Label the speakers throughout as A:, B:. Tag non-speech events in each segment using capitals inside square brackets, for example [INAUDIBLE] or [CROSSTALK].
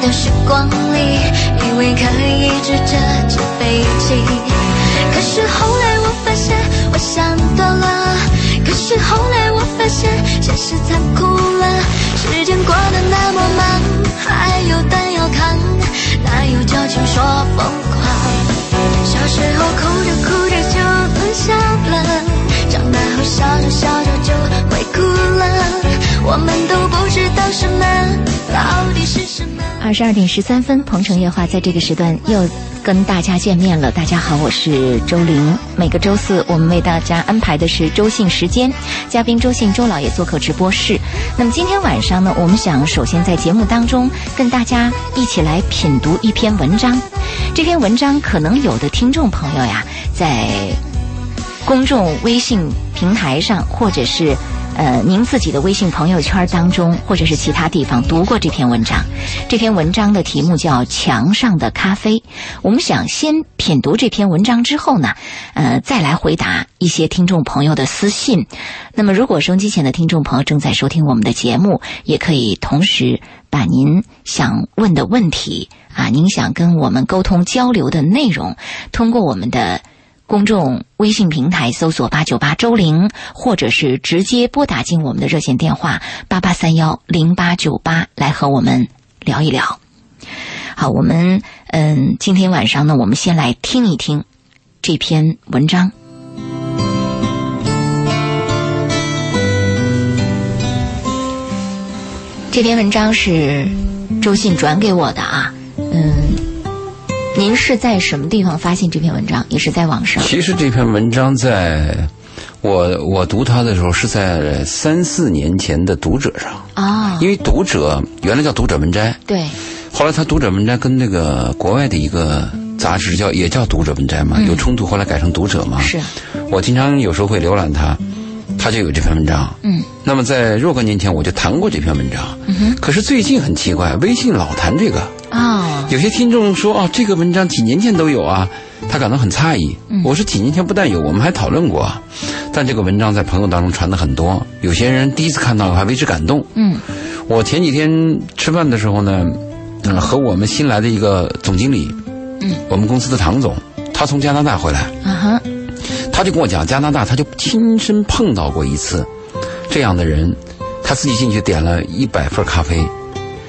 A: 的时光里，以为可以指着纸飞机，可是后来我发现我想多了，可是后来我发现现实残酷了，时间过得那么慢，还有灯要看，哪有矫情说疯狂？小时候哭着哭着就不笑了，长大后笑着笑着就会哭了，我们都不知道什么到底是什么。
B: 二十二点十三分，鹏城夜话在这个时段又跟大家见面了。大家好，我是周玲。每个周四，我们为大家安排的是周信时间，嘉宾周信周老爷做客直播室。那么今天晚上呢，我们想首先在节目当中跟大家一起来品读一篇文章。这篇文章可能有的听众朋友呀，在公众微信平台上，或者是呃您自己的微信朋友圈当中，或者是其他地方读过这篇文章。这篇文章的题目叫《墙上的咖啡》。我们想先品读这篇文章之后呢，呃，再来回答一些听众朋友的私信。那么，如果收音机前的听众朋友正在收听我们的节目，也可以同时把您想问的问题啊，您想跟我们沟通交流的内容，通过我们的。公众微信平台搜索“八九八周玲”，或者是直接拨打进我们的热线电话八八三幺零八九八来和我们聊一聊。好，我们嗯，今天晚上呢，我们先来听一听这篇文章。这篇文章是周信转给我的啊，嗯，您是在什么地方发现这篇文章？也是在网上？
C: 其实这篇文章在我我读它的时候是在三四年前的读者上，
B: 啊、
C: 因为读者原来叫读者文摘，
B: 对，
C: 后来他读者文摘跟那个国外的一个杂志叫也叫读者文摘嘛，有冲突，后来改成读者嘛。
B: 是，
C: 我经常有时候会浏览它，它就有这篇文章。
B: 嗯，
C: 那么在若干年前我就谈过这篇文章，嗯、可是最近很奇怪，微信老谈这个。
B: 哦，
C: 有些听众说哦，这个文章几年前都有啊，他感到很诧异。
B: 嗯
C: 我说几年前不但有，我们还讨论过啊，但这个文章在朋友当中传的很多，有些人第一次看到还为之感动。
B: 嗯，
C: 我前几天吃饭的时候呢，嗯，和我们新来的一个总经理，
B: 嗯，
C: 我们公司的唐总，他从加拿大回来，
B: 啊哈，
C: 他就跟我讲，加拿大他就亲身碰到过一次这样的人，他自己进去点了一百份咖啡，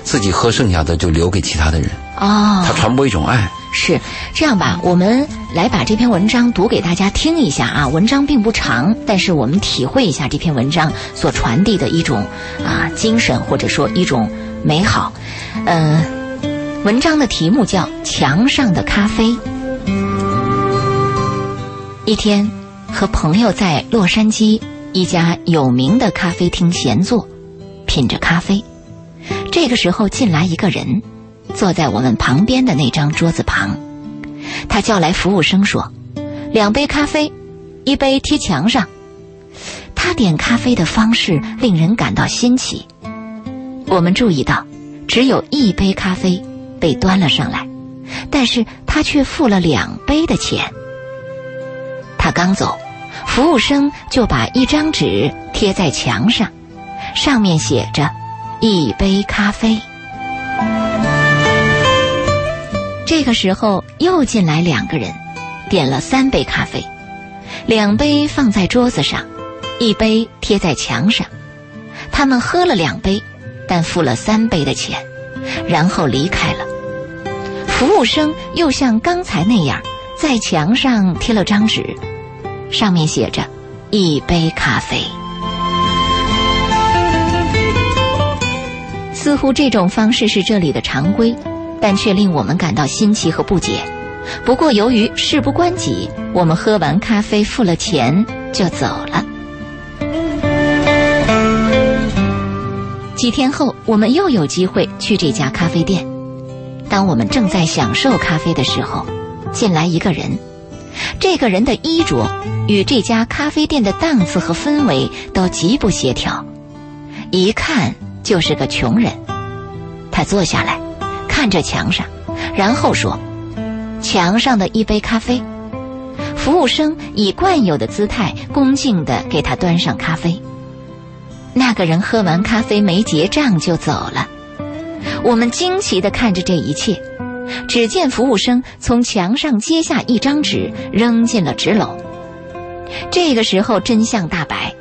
C: 自己喝剩下的就留给其他的人，
B: 哦，
C: 他传播一种爱。
B: 是这样吧？我们来把这篇文章读给大家听一下啊。文章并不长，但是我们体会一下这篇文章所传递的一种啊精神，或者说一种美好。呃，文章的题目叫《墙上的咖啡》。一天，和朋友在洛杉矶一家有名的咖啡厅闲坐，品着咖啡。这个时候进来一个人，坐在我们旁边的那张桌子旁。他叫来服务生说：“两杯咖啡，一杯贴墙上。”他点咖啡的方式令人感到新奇。我们注意到，只有一杯咖啡被端了上来，但是他却付了两杯的钱。他刚走，服务生就把一张纸贴在墙上，上面写着“一杯咖啡”。这个时候又进来两个人，点了三杯咖啡，两杯放在桌子上，一杯贴在墙上。他们喝了两杯，但付了三杯的钱，然后离开了。服务生又像刚才那样，在墙上贴了张纸，上面写着“一杯咖啡”。似乎这种方式是这里的常规，但却令我们感到新奇和不解。不过由于事不关己，我们喝完咖啡付了钱就走了。几天后，我们又有机会去这家咖啡店。当我们正在享受咖啡的时候，进来一个人。这个人的衣着与这家咖啡店的档次和氛围都极不协调，一看就是个穷人。他坐下来，看着墙上，然后说：“墙上的一杯咖啡。”服务生以惯有的姿态恭敬地给他端上咖啡。那个人喝完咖啡没结账就走了。我们惊奇地看着这一切。只见服务生从墙上揭下一张纸，扔进了纸篓。这个时候，真相大白。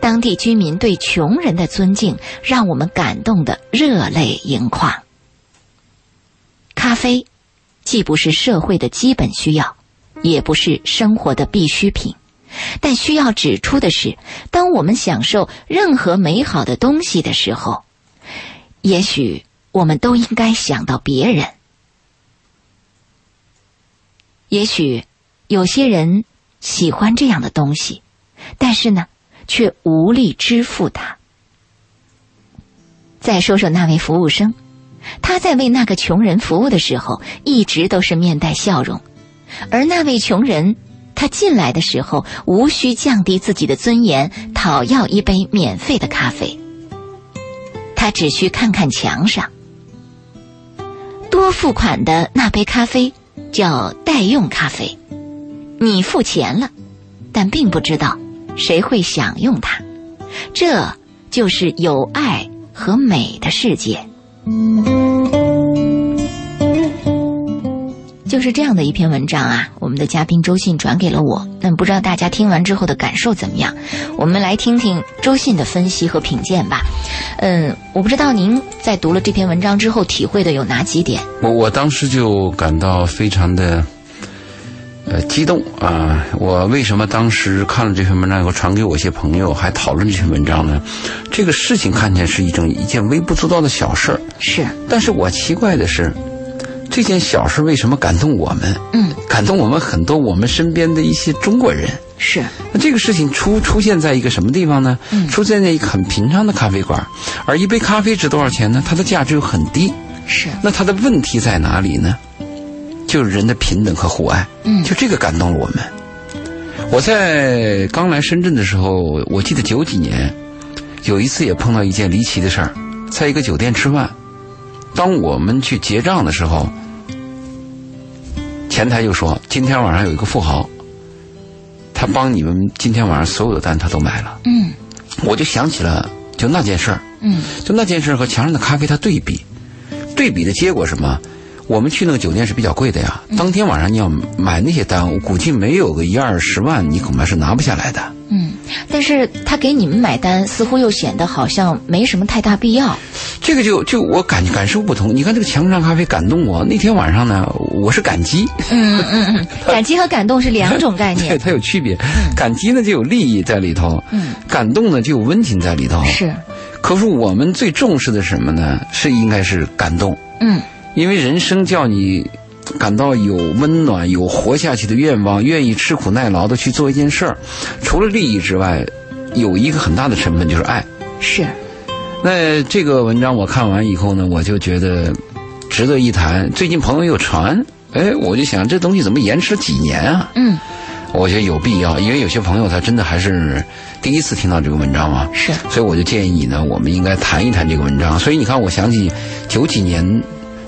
B: 当地居民对穷人的尊敬，让我们感动得热泪盈眶。咖啡既不是社会的基本需要，也不是生活的必需品。但需要指出的是，当我们享受任何美好的东西的时候，也许我们都应该想到别人。也许有些人喜欢这样的东西，但是呢，却无力支付它。再说说那位服务生，他在为那个穷人服务的时候，一直都是面带笑容，而那位穷人。他进来的时候，无需降低自己的尊严，讨要一杯免费的咖啡。他只需看看墙上，多付款的那杯咖啡叫代用咖啡，你付钱了，但并不知道谁会享用它。这就是有爱和美的世界。就是这样的一篇文章啊，我们的嘉宾周信转给了我。那不知道大家听完之后的感受怎么样？我们来听听周信的分析和评鉴吧。嗯，我不知道您在读了这篇文章之后体会的有哪几点？
C: 我我当时就感到非常的呃激动啊！我为什么当时看了这篇文章以后传给我一些朋友，还讨论这篇文章呢？这个事情看起来是一种一件微不足道的小事儿，
B: 是，
C: 但是我奇怪的是。这件小事为什么感动我们？
B: 嗯，
C: 感动我们很多我们身边的一些中国人。
B: 是，
C: 那这个事情出出现在一个什么地方呢？
B: 嗯
C: 出现在一个很平常的咖啡馆，而一杯咖啡值多少钱呢？它的价值又很低。
B: 是，
C: 那它的问题在哪里呢？就是人的平等和互爱。
B: 嗯
C: 就这个感动了我们。我在刚来深圳的时候，我记得九几年，有一次也碰到一件离奇的事儿，在一个酒店吃饭，当我们去结账的时候，前台就说今天晚上有一个富豪，他帮你们今天晚上所有的单他都买了，
B: 嗯
C: 我就想起了就那件事儿，
B: 嗯
C: 就那件事和墙上的咖啡它对比，对比的结果是什么？我们去那个酒店是比较贵的呀，
B: 嗯
C: 当天晚上你要买那些单，我估计没有个一二十万，你恐怕是拿不下来的。
B: 嗯。但是他给你们买单，似乎又显得好像没什么太大必要。
C: 这个就就我感感受不同。你看这个墙上咖啡感动我，那天晚上呢，我是感激， [LAUGHS]
B: 嗯嗯嗯， [LAUGHS] 感激和感动是两种概
C: 对
B: 念。
C: 它有区别，感激呢就有利益在里头，
B: 嗯，
C: 感动呢就有温情在里头。
B: 是，
C: 可是我们最重视的是什么呢？是应该是感动。
B: 嗯
C: 因为人生叫你感到有温暖、有活下去的愿望，愿意吃苦耐劳的去做一件事儿。除了利益之外，有一个很大的成分就是爱。
B: 是，
C: 那这个文章我看完以后呢，我就觉得值得一谈。最近朋友又传，哎，我就想这东西怎么延迟几年啊？
B: 嗯
C: 我觉得有必要，因为有些朋友他真的还是啊第一次听到这个文章嘛。
B: 是，
C: 所以我就建议你呢，我们应该谈一谈这个文章。所以你看，我想起九几年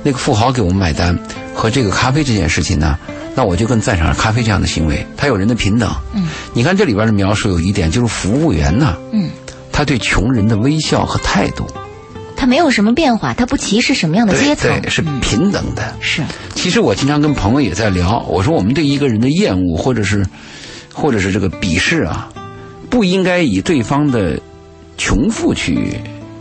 C: 那个富豪给我们买单和这个咖啡这件事情呢，那我就更赞赏咖啡这样的行为，它有人的平等。
B: 嗯，
C: 你看这里边的描述有一点，就是服务员呢，
B: 嗯。
C: 他对穷人的微笑和态度，
B: 它没有什么变化，它不歧视什么样的阶
C: 对
B: 层，
C: 对是平等的。
B: 是
C: 其实我经常跟朋友也在聊，我说我们对一个人的厌恶或者是或者是这个鄙视啊，不应该以对方的穷富去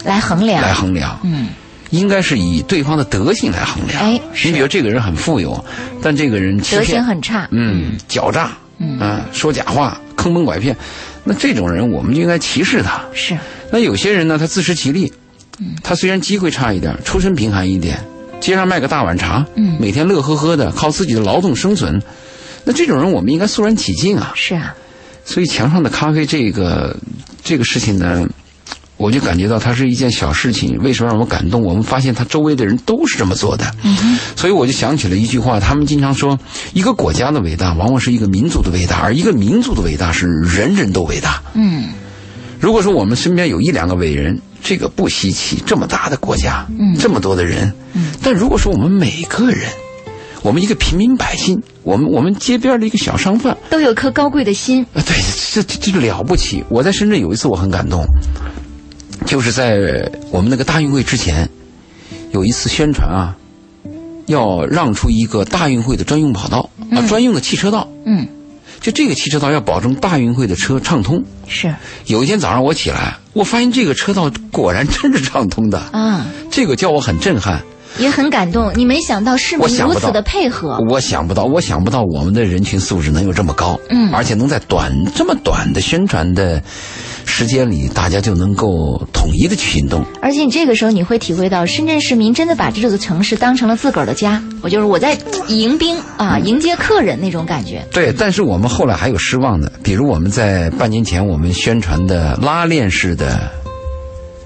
B: 来衡量。
C: 来衡量。
B: 嗯
C: 应该是以对方的德性来衡量。
B: 哎是
C: 你比如这个人很富有，但这个人欺
B: 德行
C: 骗，
B: 很差。
C: 嗯，狡诈，
B: 嗯
C: 啊，说假话，坑蒙拐骗，那这种人我们就应该歧视他。
B: 是
C: 那有些人呢，他自食其力，
B: 嗯
C: 他虽然机会差一点，出身贫寒一点，街上卖个大碗茶，
B: 嗯
C: 每天乐呵呵的，靠自己的劳动生存。那这种人，我们应该肃然起敬啊！
B: 是啊，
C: 所以墙上的咖啡这个这个事情呢，我就感觉到它是一件小事情，为什么让我感动？我们发现他周围的人都是这么做的，
B: 嗯
C: 所以我就想起了一句话，他们经常说，一个国家的伟大往往是一个民族的伟大，而一个民族的伟大是人人都伟大。
B: 嗯
C: 如果说我们身边有一两个伟人，这个不稀奇，这么大的国家，
B: 嗯
C: 这么多的人，
B: 嗯
C: 但如果说我们每个人，我们一个平民百姓，我们我们街边的一个小商贩，
B: 都有颗高贵的心。
C: 啊，对，这这这了不起！我在深圳有一次我很感动，就是在我们那个大运会之前，有一次宣传啊，要让出一个大运会的专用跑道啊，专用的汽车道。
B: 嗯，
C: 就这个汽车道要保证大运会的车畅通。
B: 是
C: 有一天早上我起来，我发现这个车道果然真是畅通的，
B: 啊，
C: 这个叫我很震撼。
B: 也很感动。你没想到市民
C: 我想
B: 如
C: 不
B: 此
C: 到
B: 的配合，
C: 我想不到，我想不到我们的人群素质能有这么高，
B: 嗯
C: 而且能在短这么短的宣传的时间里，大家就能够统一的去行动。
B: 而且你这个时候你会体会到，深圳市民真的把这座城市当成了自个儿的家。我就是我在迎宾啊，迎接客人那种感觉。
C: 对，但是我们后来还有失望的，比如我们在半年前我们宣传的拉链式的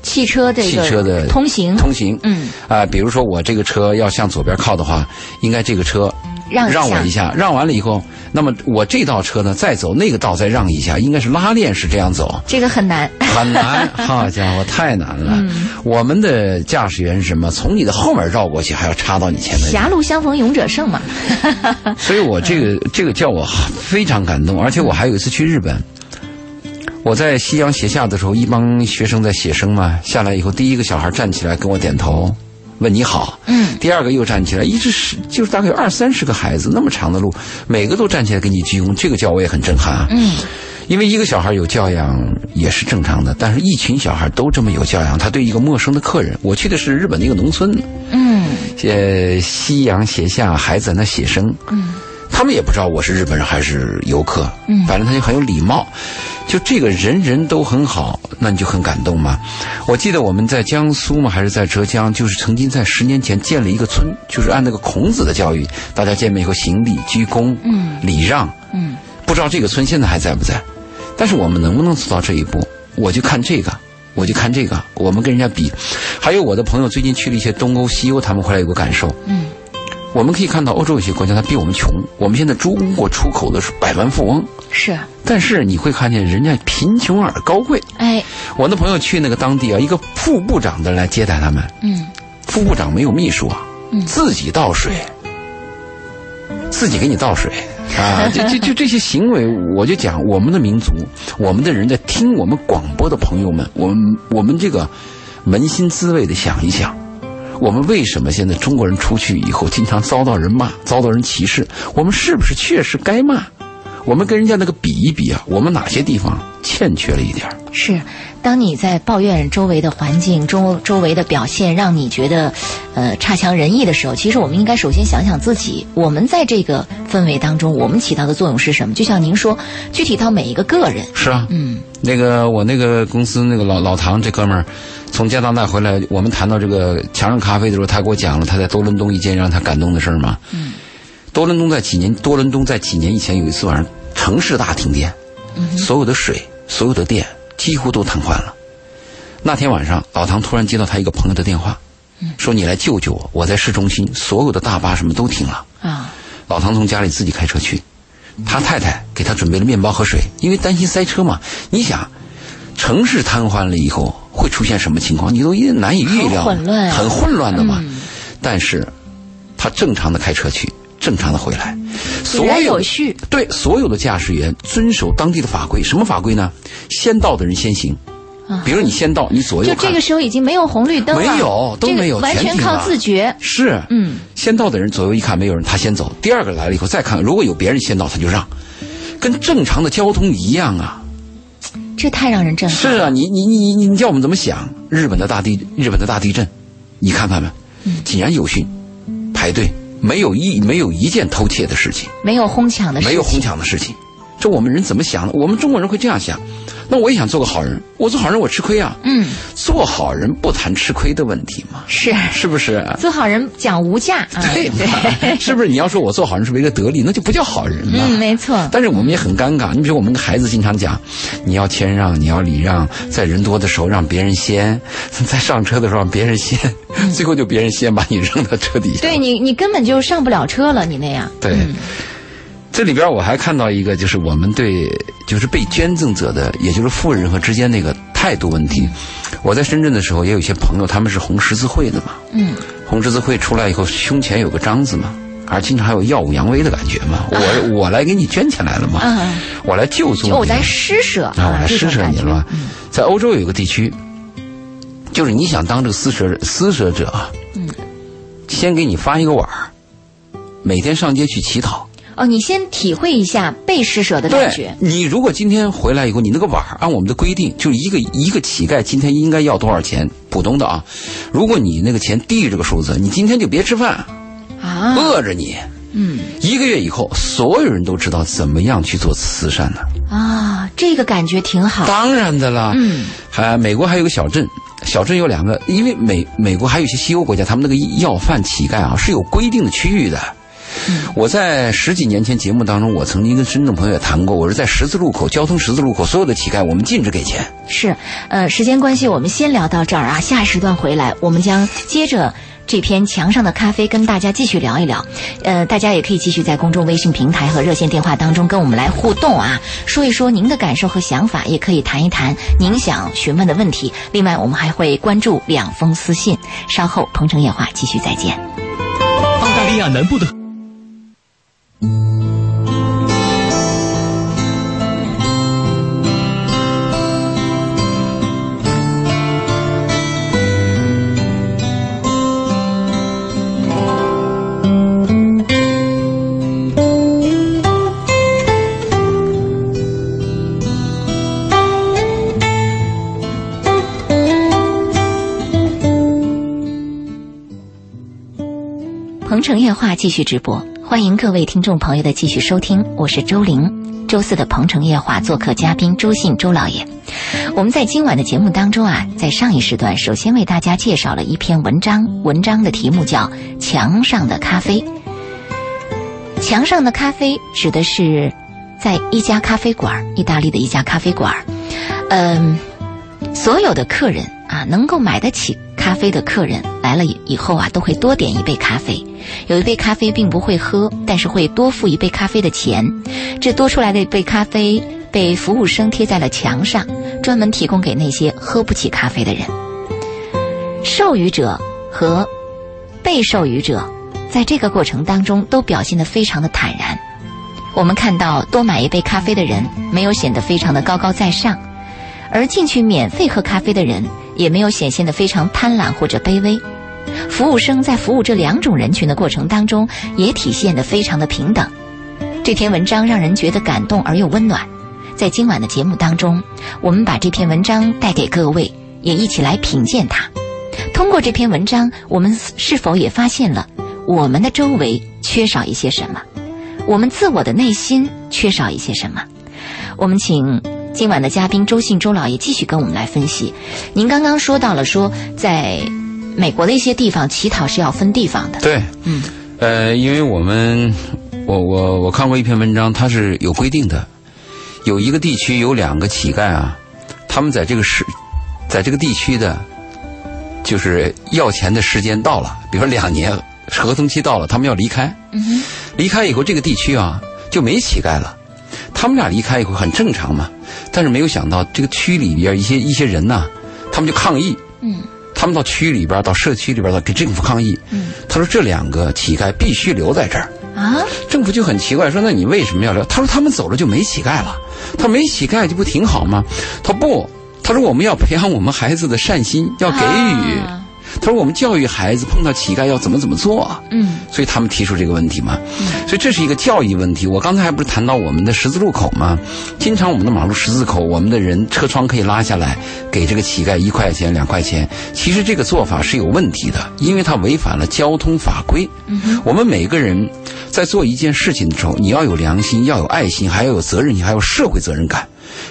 B: 汽车这个
C: 汽车的
B: 通行，
C: 通行，
B: 嗯，
C: 啊、比如说我这个车要向左边靠的话，应该这个车
B: 让一
C: 让
B: 下
C: 我一下，让完了以后，那么我这道车呢再走那个道再让一下，应该是拉链式这样走。
B: 这个很难。
C: 很难，好家伙，太难了！我们的驾驶员是什么？从你的后面绕过去，还要插到你前面去。
B: [LAUGHS] 狭路相逢勇者胜嘛，
C: 所以我这
B: 嗯
C: 个、这个叫我非常感动，而且我还有一次去日本，我在夕阳斜下的时候，一帮学生在写生嘛，下来以后，第一个小孩站起来跟我点头，问你好，
B: 嗯，
C: 第二个又站起来，一直是就是大概有二三十个孩子，那么长的路，每个都站起来给你鞠躬，这个叫我也很震撼啊，
B: 嗯，
C: 因为一个小孩有教养也是正常的，但是一群小孩都这么有教养，他对一个陌生的客人，我去的是日本的一个农村，
B: 嗯，
C: 呃，夕阳斜下，孩子在那写生，嗯，他们也不知道我是日本人还是游客，嗯，反正他就很有礼貌，就这个人人都很好，那你就很感动嘛。我记得我们在江苏嘛，还是在浙江，就是曾经在十年前建了一个村，就是按那个孔子的教育，大家见面以后行礼、鞠躬、嗯，礼让，
B: 嗯，
C: 不知道这个村现在还在不在，但是我们能不能做到这一步，我就看这个。我就看这个，我们跟人家比，还有我的朋友最近去了一些东欧、西欧，他们回来有个感受，
B: 嗯，
C: 我们可以看到欧洲有些国家它比我们穷，我们现在中国出口的是百万富翁，
B: 是，
C: 但是你会看见人家贫穷而高贵。
B: 哎，
C: 我那朋友去那个当地啊，一个副部长的来接待他们，
B: 嗯，
C: 副部长没有秘书啊，
B: 嗯
C: 自己倒水，自己给你倒水啊，就就就这些行为，我就讲我们的民族，我们的人在听我们广播的朋友们，我们我们这个扪心自问的想一想。我们为什么现在中国人出去以后经常遭到人骂、遭到人歧视？我们是不是确实该骂？我们跟人家那个比一比啊，我们哪些地方欠缺了一点儿？
B: 是。当你在抱怨周围的环境、周周围的表现让你觉得，呃，差强人意的时候，其实我们应该首先想想自己，我们在这个氛围当中，我们起到的作用是什么？就像您说，具体到每一个个人，
C: 是啊，
B: 嗯，
C: 那个我那个公司那个老老唐这哥们儿，从加拿大回来，我们谈到这个强盛咖啡的时候，他给我讲了他在多伦东一件让他感动的事儿嘛。嗯，多伦东在几年，多伦东在几年以前有一次晚上城市大停电，所有的水、所有的电几乎都瘫痪了。那天晚上，老唐突然接到他一个朋友的电话，说你来救救我，我在市中心，所有的大巴什么都停了。
B: 啊，
C: 老唐从家里自己开车去，他太太给他准备了面包和水，因为担心塞车嘛。你想，城市瘫痪了以后会出现什么情况，你都也难以预
B: 很
C: 料，
B: 混乱嗯
C: 很混乱的嘛。但是，他正常的开车去，正常的回来，
B: 有
C: 所
B: 来
C: 有
B: 有
C: 的
B: 序，
C: 对所有的驾驶员遵守当地的法规，什么法规呢？先到的人先行。比如你先到，你左右
B: 啊就
C: 看。
B: 这个时候已经没有红绿灯了，
C: 没有都
B: 这个
C: 没有
B: 完
C: 全
B: 全
C: 停
B: 靠
C: 了
B: 自觉，
C: 是，
B: 嗯，
C: 先到的人左右一看没有人，他先走；第二个来了以后再看，如果有别人先到，他就让，跟正常的交通一样啊。
B: 这太让人震撼。
C: 是啊，你你你你你叫我们怎么想？日本的大地，日本的大地震，你看看吧，井然有序，排队，没有一没有一件偷窃的事情，
B: 没有哄抢的事情，
C: 没有哄抢的事情。这我们人怎么想的？我们中国人会这样想，那我也想做个好人，我做好人我吃亏啊。
B: 嗯，
C: 做好人不谈吃亏的问题嘛，
B: 是
C: 是不是？
B: 做好人讲无价啊，
C: [LAUGHS] 对吧？是不是你要说我做好人是为了得利，那就不叫好人了。
B: 嗯，没错，
C: 但是我们也很尴尬，你比如我们跟孩子经常讲，你要谦让，你要礼让，在人多的时候让别人先，在上车的时候让别人先， [LAUGHS] 最后就别人先把你扔到车底下。
B: 对你你根本就上不了车了，你那样，
C: 对，这里边我还看到一个，就是我们对就是被捐赠者的，也就是富人和之间那个态度问题。我在深圳的时候，也有一些朋友，他们是红十字会的嘛，
B: 嗯，
C: 红十字会出来以后，胸前有个章子嘛，而经常还有耀武扬威的感觉嘛。我、我来给你捐钱来了嘛，
B: 啊嗯
C: 我来救助
B: 就
C: 你，
B: 我来施舍
C: 啊，我来施舍你
B: 这
C: 了。嘛
B: 种感觉嗯嗯
C: 在欧洲有一个地区，就是你想当这个施舍施舍者啊，先给你发一个碗儿，每天上街去乞讨。
B: 哦，你先体会一下被施舍的感
C: 对
B: 觉，
C: 你如果今天回来以后，你那个碗儿按我们的规定，就是一个一个乞丐今天应该要多少钱，普通的啊。如果你那个钱低于这个数字，你今天就别吃饭，
B: 啊，
C: 饿着你。
B: 嗯
C: 一个月以后，所有人都知道怎么样去做慈善了。
B: 啊，这个感觉挺好。
C: 当然的啦，
B: 嗯，
C: 还美国还有个小镇，小镇有两个，因为美美国还有一些西欧国家，他们那个要饭乞丐啊是有规定的区域的。
B: 嗯
C: 我在十几年前节目当中，我曾经跟深圳朋友也谈过，我是在十字路口、交通十字路口所有的乞丐，我们禁止给钱。
B: 是，呃，时间关系，我们先聊到这儿啊。下一时段回来，我们将接着这篇《墙上的咖啡》跟大家继续聊一聊。呃，大家也可以继续在公众微信平台和热线电话当中跟我们来互动啊，说一说您的感受和想法，也可以谈一谈您想询问的问题。另外，我们还会关注两封私信。稍后，鹏城夜话继续再见。
D: 澳大利亚南部的。
B: 鹏城夜话继续直播，欢迎各位听众朋友的继续收听，我是周玲。周四的鹏城夜话做客嘉宾周信周老爷，我们在今晚的节目当中啊，在上一时段首先为大家介绍了一篇文章，文章的题目叫《墙上的咖啡》。墙上的咖啡指的是在一家咖啡馆儿，意大利的一家咖啡馆儿，嗯，所有的客人啊，能够买得起咖啡的客人来了以以后啊，都会多点一杯咖啡。有一杯咖啡并不会喝，但是会多付一杯咖啡的钱。这多出来的一杯咖啡被服务生贴在了墙上，专门提供给那些喝不起咖啡的人。授予者和被授予者在这个过程当中都表现得非常的坦然。我们看到多买一杯咖啡的人没有显得非常的高高在上，而进去免费喝咖啡的人也没有显现得非常贪婪或者卑微。服务生在服务这两种人群的过程当中，也体现得非常的平等。这篇文章让人觉得感动而又温暖。在今晚的节目当中，我们把这篇文章带给各位，也一起来品鉴它。通过这篇文章，我们是否也发现了我们的周围缺少一些什么？我们自我的内心缺少一些什么？我们请今晚的嘉宾周信周老爷继续跟我们来分析。您刚刚说到了说，在美国的一些地方乞讨是要分地方的，
C: 对，
B: 嗯，
C: 呃，因为我们，我我我看过一篇文章，它是有规定的，有一个地区有两个乞丐啊，他们在这个时，在这个地区的，就是要钱的时间到了，比如说两年合同期到了，他们要离开，
B: 嗯
C: 离开以后这个地区啊就没乞丐了。他们俩离开以后很正常嘛，但是没有想到这个区里边一些一些人呐、他们就抗议，
B: 嗯，
C: 他们到区里边到社区里边到给政府抗议，
B: 嗯，
C: 他说这两个乞丐必须留在这儿，
B: 啊，
C: 政府就很奇怪，说那你为什么要留？他说他们走了就没乞丐了，他说没乞丐这不挺好吗？他说不，他说我们要培养我们孩子的善心，要给予。
B: 啊
C: 他说我们教育孩子碰到乞丐要怎么怎么做啊。
B: 嗯
C: 所以他们提出这个问题嘛，所以这是一个教育问题。我刚才还不是谈到我们的十字路口吗？经常我们的马路十字口，我们的人车窗可以拉下来，给这个乞丐一块钱、两块钱。其实这个做法是有问题的，因为它违反了交通法规。我们每个人在做一件事情的时候，你要有良心，要有爱心，还要有责任心，还有社会责任感。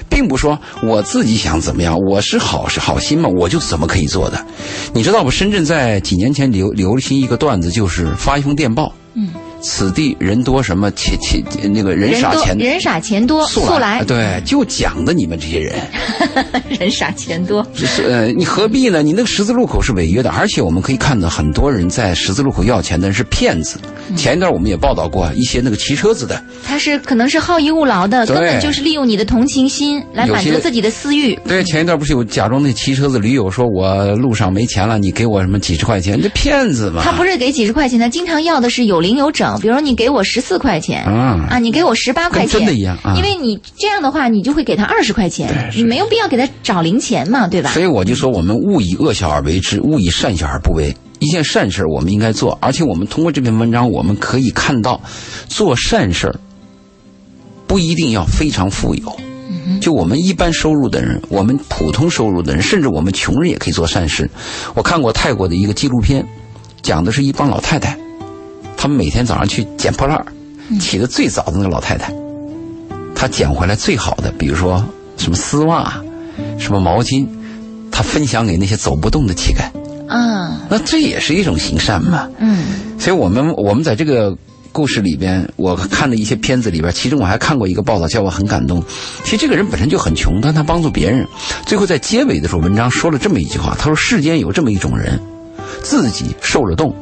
C: 并不说我自己想怎么样，我是好是好心嘛，我就怎么可以做的。你知道吧？深圳在几年前流流行一个段子，就是发一封电报，嗯，此地人多什么钱钱那个人
B: 人
C: 傻
B: 多
C: 钱
B: 人傻钱多，
C: 速
B: 速来，嗯
C: 对，就讲的你们这些人，
B: [LAUGHS] 人傻钱多，
C: 就是呃，你何必呢？你那个十字路口是违约的，而且我们可以看到很多人在十字路口要钱的人是骗子。
B: 嗯
C: 前一段我们也报道过一些那个骑车子的，
B: 他是可能是好逸恶劳的，
C: 对
B: 根本就是利用你的同情心来满
C: 有
B: 足
C: 些
B: 自己的私欲。
C: 对，前一段不是有假装那骑车子驴友说我路上没钱了，你给我什么几十块钱？这骗子嘛！
B: 他不是给几十块钱，他经常要的是有零有整。比如说你给我十四块钱，
C: 啊
B: 啊，你给我十八块钱，
C: 跟真的一样啊
B: 因为你这样的话，你就会给他二十块钱，你没有必要给他找零钱嘛，对吧
C: 所？以我就说，我们勿以恶小而为之，勿以善小而不为。一件善事儿我们应该做，而且我们通过这篇文章，我们可以看到，做善事儿不一定要非常富有。
B: 嗯
C: 就我们一般收入的人，我们普通收入的人，甚至我们穷人也可以做善事。我看过泰国的一个纪录片，讲的是一帮老太太，他们每天早上去捡破烂儿，
B: 嗯
C: 起得最早的那个老太太，她捡回来最好的，比如说什么丝袜、啊什么毛巾，她分享给那些走不动的乞丐。
B: 啊，
C: 那这也是一种行善嘛。
B: 嗯
C: 所以我们我们在这个故事里边，我看的一些片子里边，其中我还看过一个报道，叫我很感动。其实这个人本身就很穷，但他帮助别人。最后在结尾的时候，文章说了这么一句话，他说：“世间有这么一种人，自己受了冻，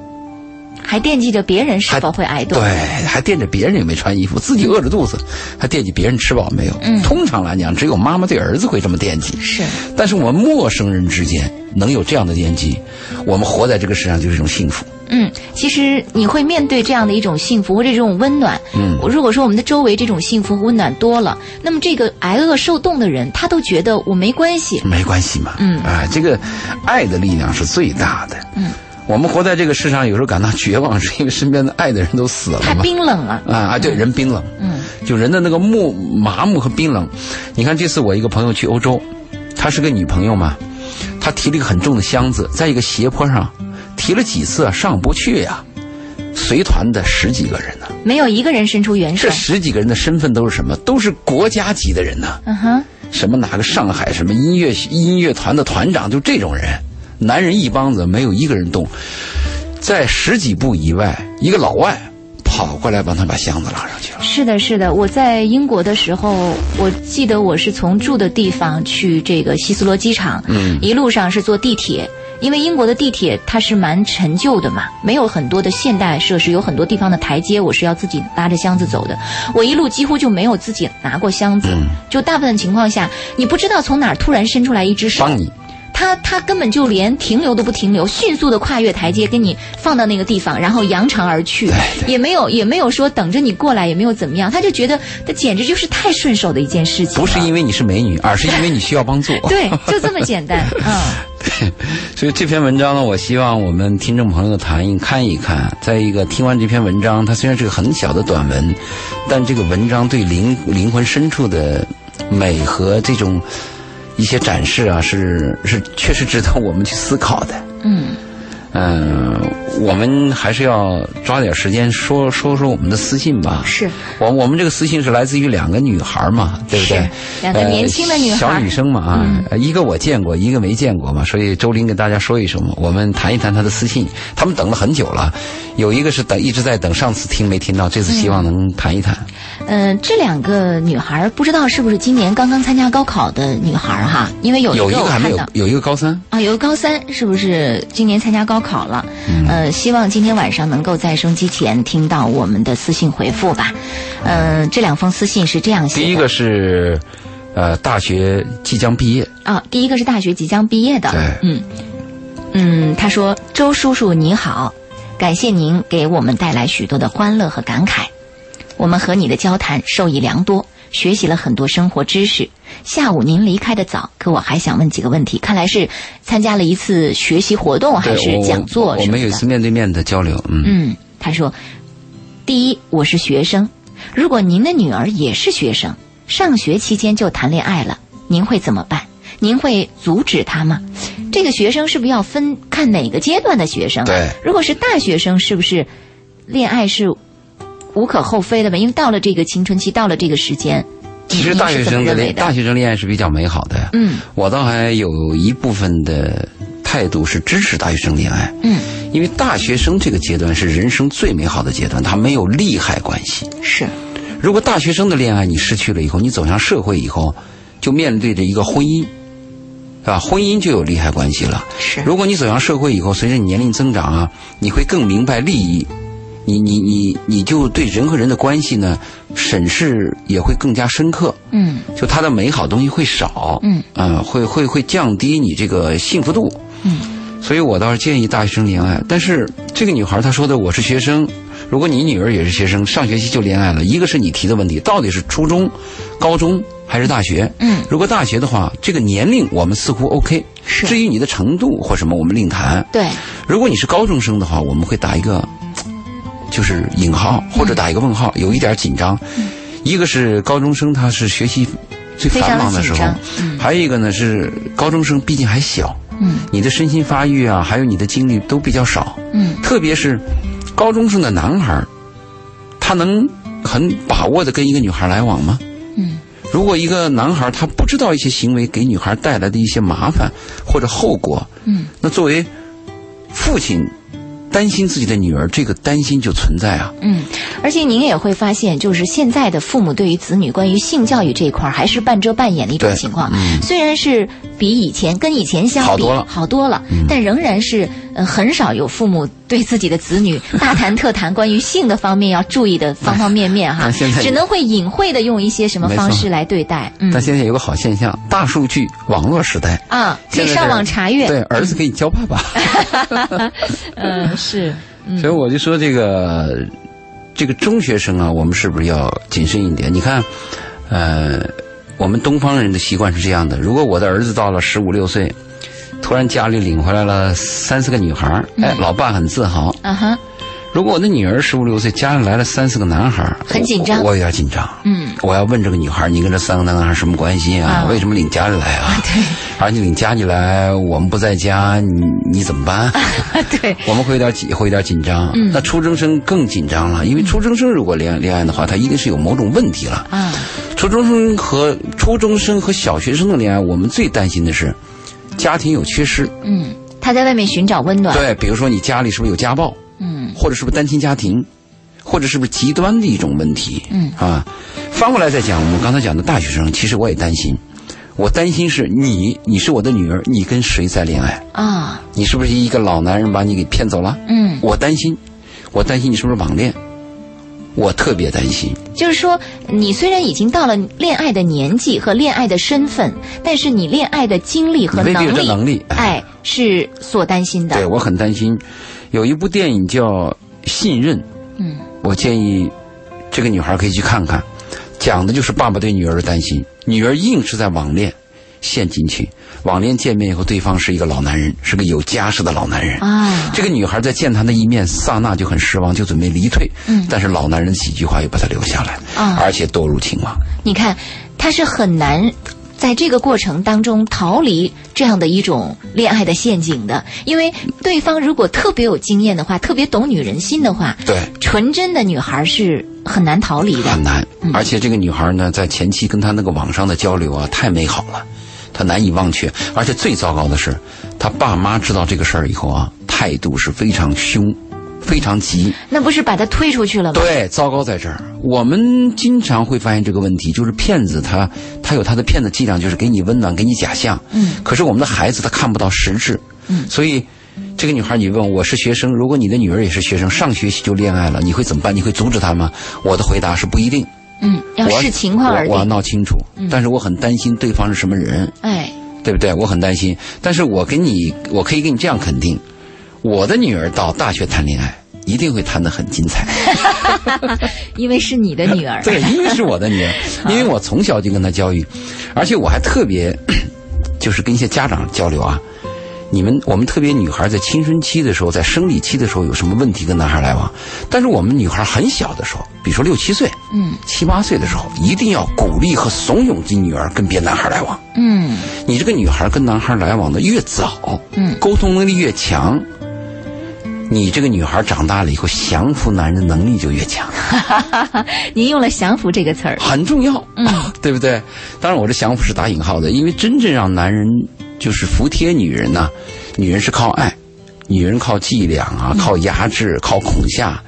B: 还惦记着别人是
C: 还
B: 否会挨冻。
C: 对，还惦着别人有没有穿衣服，自己饿着肚子，还惦记别人吃饱没有。
B: 嗯
C: 通常来讲，只有妈妈对儿子会这么惦记。
B: 是，
C: 但是我们陌生人之间能有这样的惦记，我们活在这个世上就是一种幸福。
B: 嗯，其实你会面对这样的一种幸福或者这种温暖。嗯，如果说我们的周围这种幸福和温暖多了，那么这个挨饿受冻的人，他都觉得我没关系。
C: 没关系嘛。
B: 嗯
C: 啊，这个爱的力量是最大的。嗯，我们活在这个世上，有时候感到绝望，是因为身边的爱的人都死了
B: 太
C: 嘛。
B: 冰冷了，
C: 啊啊，对，人冰冷。嗯，就人的那个木麻木和冰冷。你看这次我一个朋友去欧洲，她是个女朋友嘛，她提了一个很重的箱子，在一个斜坡上提了几次啊，上不去呀、随团的十几个人啊呢、
B: 没有一个人伸出援手
C: 这。十几个人的身份都是什么？都是国家级的人呢、
B: 嗯哼，
C: 什么哪个上海什么音乐音乐团的团长，就这种人，男人一帮子没有一个人动，在十几步以外，一个老外跑过来帮他把箱子拉上去了。
B: 是的，是的。我在英国的时候，我记得我是从住的地方去这个希斯罗机场，嗯，一路上是坐地铁。因为英国的地铁它是蛮陈旧的嘛，没有很多的现代设施，有很多地方的台阶我是要自己拉着箱子走的。我一路几乎就没有自己拿过箱子，就大部分情况下，你不知道从哪儿突然伸出来一只手，
C: 帮你，
B: 他他根本就连停留都不停留，迅速的跨越台阶，给你放到那个地方，然后扬长而去
C: 对，对
B: 也没有也没有说等着你过来，也没有怎么样，他就觉得这简直就是太顺手的一件事情了，
C: 不是因为你是美女，而是因为你需要帮助。
B: 对，就这么简
C: [LAUGHS]
B: 单，嗯，
C: 所以这篇文章呢，我希望我们听众朋友谈一看一看。再一个，听完这篇文章，它虽然是个很小的短文，但这个文章对灵灵魂深处的美和这种一些展示啊，是是确实值得我们去思考的。
B: 嗯
C: 嗯、我们还是要抓点时间说说说我们的私信吧。
B: 是
C: 我我们这个私信是来自于两个女孩嘛，对不对
B: 是？两个年轻的女孩嗯
C: 呃小女生嘛啊、呃一个我见过，一个没见过嘛，所以周林给大家说一声嘛，我们谈一谈她的私信。他们等了很久了，有一个是等一直在等，上次听没听到，这次希望能谈一谈。
B: 嗯、这两个女孩儿不知道是不是今年刚刚参加高考的女孩儿哈，因嗯为有
C: 有一
B: 一个
C: 个
B: 我
C: 还没
B: 看
C: 有
B: 到，。
C: 有一个高三，
B: 啊，有个高三是不是今年参加高考了？
C: 嗯
B: 呃，希望今天晚上能够在收机前听到我们的私信回复吧。呃，这两封私信是这样写的：
C: 第一个是呃大学即将毕业，
B: 啊，第一个是大学即将毕业的，
C: 对
B: 嗯嗯，他说：“周叔叔你好，感谢您给我们带来许多的欢乐和感慨，我们和你的交谈受益良多，学习了很多生活知识。下午您离开的早，可我还想问几个问题，看来是参加了一次学习活动还
C: 对
B: 啊是
C: 我
B: 讲座
C: 我
B: 什么的。
C: 们有一次面对面的交流，嗯
B: 嗯，他说：“第一，我是学生。如果您的女儿也是学生，上学期间就谈恋爱了，您会怎么办？您会阻止她吗？这个学生是不是要分看哪个阶段的学生？啊
C: 对，
B: 如果是大学生，是不是恋爱是无可厚非的吧？因为到了这个青春期，到了这个时间，
C: 其实
B: 您
C: 大学
B: 是怎么
C: 生的
B: 认 [LAUGHS]
C: 恋
B: 为的
C: 大学生恋爱是比较美好的。
B: 嗯，
C: 我倒还有一部分的态度是支持大学生恋爱。
B: 嗯，
C: 因为大学生这个阶段是人生最美好的阶段，它没有利害关系。
B: 是
C: 如果大学生的恋爱你失去了以后，你走向社会以后，就面对着一个婚姻，啊，婚姻就有利害关系了。
B: 是
C: 如果你走向社会以后，随着你年龄增长啊，你会更明白利益，你你你你就对人和人的关系呢审视也会更加深刻。
B: 嗯
C: 就它的美好东西会少，
B: 嗯，
C: 啊，会会会降低你这个幸福度，
B: 嗯，
C: 所以我倒是建议大学生恋爱。但是这个女孩她说的我是学生，如果你女儿也是学生，上学期就恋爱了，一个是你提的问题，到底是初中、高中还是大学？
B: 嗯，
C: 如果大学的话，这个年龄我们似乎 OK，
B: 是
C: 至于你的程度或什么，我们另谈。
B: 对
C: 如果你是高中生的话，我们会打一个就是引号
B: 嗯
C: 或者打一个问号，有一点紧张。一个是高中生，他是学习最繁忙的时
B: 非
C: 候
B: 常紧，
C: 还有一个呢是高中生毕竟还小，
B: 嗯
C: 你的身心发育啊，还有你的精力都比较少，
B: 嗯
C: 特别是高中生的男孩儿，他能很把握的跟一个女孩来往吗？
B: 嗯，
C: 如果一个男孩儿他不知道一些行为给女孩带来的一些麻烦或者后果，
B: 嗯，
C: 那作为父亲担心自己的女儿，这个担心就存在啊。
B: 嗯，而且您也会发现，就是现在的父母对于子女关于性教育这一块儿还是半遮半掩的一种
C: 对嗯
B: 情况。虽然是比以前跟以前相比
C: 好多了嗯
B: 好多了但仍然是呃很少有父母对自己的子女大谈特谈关于性的方面要注意的方方面面哈
C: 但 [LAUGHS] 现，在
B: 只能会隐晦的用一些什么
C: 没错
B: 方式来对待。嗯
C: 但现在有个好现象，大数据网络时代，
B: 啊，可以
C: 现在
B: 上
C: 的
B: 网查阅。
C: 对儿子可以教爸爸。
B: 嗯，是
C: [LAUGHS] 所以我就说这个这个中学生啊，我们是不是要谨慎一点？你看，呃，我们东方人的习惯是这样的：如果我的儿子到了十五六岁，突然家里领回来了三四个女孩儿，
B: 嗯
C: 哎，老爸很自豪；
B: [LAUGHS] 啊哈， [LAUGHS]
C: 如果我的女儿十五六岁，家里来了三四个男孩儿，
B: 很紧张
C: 我我有点紧张。
B: 嗯，
C: 我要问这个女孩儿，你跟这三个男孩儿什么关系啊？
B: 啊
C: 为什么领家里来啊？
B: 对
C: 而且领家里来，我们不在家，你你怎
B: [LAUGHS]
C: 么办？
B: 对，
C: 我们会有点紧，会有点紧张。
B: 嗯
C: 那初中生更紧张了，因为初中生如果恋恋爱的话，他一定是有某种问题了。
B: 啊， [LAUGHS]
C: 初中生和初中生和小学生的恋爱，我们最担心的是家庭有缺失。
B: 嗯，他在外面寻找温暖。
C: 对，比如说你家里是不是有家暴，
B: 嗯
C: 或者是不是单亲家庭，或者是不是极端的一种问题？
B: 嗯
C: 啊，翻过来再讲，我们刚才讲的大学生，其实我也担心。我担心是你，你是我的女儿，你跟谁在恋爱？
B: 啊，
C: 你是不是一个老男人把你给骗走了？
B: 嗯。
C: 我担心，我担心你是不是网恋，我特别担心。
B: 就是说，你虽然已经到了恋爱的年纪和恋爱的身份，但是你恋爱的经历和
C: 你未
B: 能
C: 必有
B: 力，
C: 这能力
B: 哎，是所担心
C: 对
B: 的。
C: 我很担心。有一部电影叫《信任》，
B: 嗯，
C: 我建议这个女孩可以去看看，讲的就是爸爸对女儿的担心，女儿硬是在网恋陷进去，网恋见面以后，对方是一个老男人，是个有家室的老男人。
B: 啊，
C: 这个女孩在见他那一面，刹那就很失望，就准备离退。
B: 嗯
C: 但是老男人几句话又把她留下来，
B: 啊
C: 而且堕入情网。
B: 你看，他是很难。在这个过程当中逃离这样的一种恋爱的陷阱的，因为对方如果特别有经验的话，特别懂女人心的话，
C: 对，
B: 纯真的女孩是很难逃离的
C: 很。难。而且这个女孩呢，在前期跟她那个网上的交流啊，太美好了，她难以忘却。而且最糟糕的是，她爸妈知道这个事儿以后啊，态度是非常凶，非常急。
B: 那不是把他推出去了吗？
C: 对，糟糕在这儿。我们经常会发现这个问题，就是骗子他他有他的骗子伎俩，就是给你温暖，给你假象。
B: 嗯。
C: 可是我们的孩子他看不到实质。嗯。所以，这个女孩，你问我是学生，如果你的女儿也是学生，上学期就恋爱了，你会怎么办？你会阻止她吗？我的回答是不一定。
B: 嗯，要
C: 我
B: 视情况而
C: 我我要
B: 定。嗯
C: 闹清楚，但是我很担心对方是什么人，
B: 哎，
C: 对不对？我很担心，但是我跟你，我可以跟你这样肯定，我的女儿到大学谈恋爱。一定会谈得很
B: [LAUGHS]
C: 精彩，
B: 因为是你的女儿。
C: [LAUGHS] 对，因为是我的
B: [LAUGHS]
C: 女儿，因为我从小就跟她教育，而且我还特别， [COUGHS] 就是跟一些家长交流啊，你们我们特别女孩在青春期的时候，在生理期的时候有什么问题跟男孩来往，但是我们女孩很小的时候，比如说六七岁，
B: 嗯，
C: 七八岁的时候，一定要鼓励和怂恿你女儿跟别的男孩来往。
B: 嗯。
C: 你这个女孩跟男孩来往的越早，
B: 嗯，
C: 沟通能力越强，你这个女孩长大了以后降服男人的能力就越强，
B: [LAUGHS] 您用了“降服”这个词儿，
C: 很重要， [LAUGHS] 对不对？当然，我这降服是打引号的，因为真正让男人就是服帖女人呢、女人是靠爱，女人靠伎俩啊，靠压制，靠恐吓。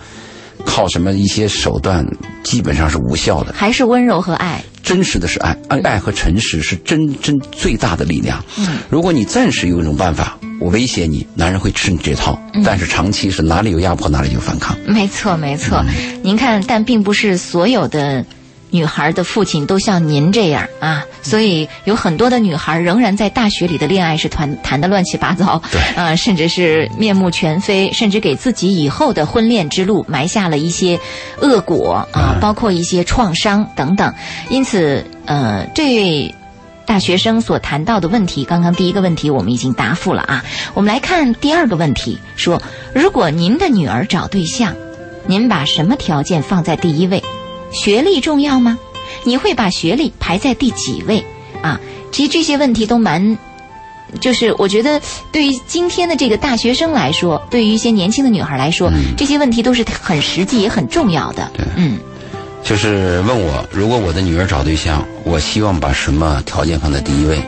C: 靠什么一些手段，基本上是无效的。
B: 还是温柔和爱？
C: 真实的是爱，爱爱和诚实是真真最大的力量。如果你暂时有一种办法，我威胁你，男人会吃你这套，但是长期是哪里有压迫哪里就反抗。
B: 没错，没错。您看，但并不是所有的女孩的父亲都像您这样啊，所以有很多的女孩仍然在大学里的恋爱是谈谈的乱七八糟，
C: 对
B: 啊，甚至是面目全非，甚至给自己以后的婚恋之路埋下了一些恶果啊，包括一些创伤等等。因此，呃，这。大学生所谈到的问题，刚刚第一个问题我们已经答复了啊。我们来看第二个问题，说如果您的女儿找对象，您把什么条件放在第一位？学历重要吗？你会把学历排在第几位？啊，其实这些问题都蛮就是我觉得，对于今天的这个大学生来说，对于一些年轻的女孩来说，这些问题都是很实际也很重要的。
E: 对
B: 嗯，
C: 就是问我，如果我的女儿找对象，我希望把什么条件放在第一位？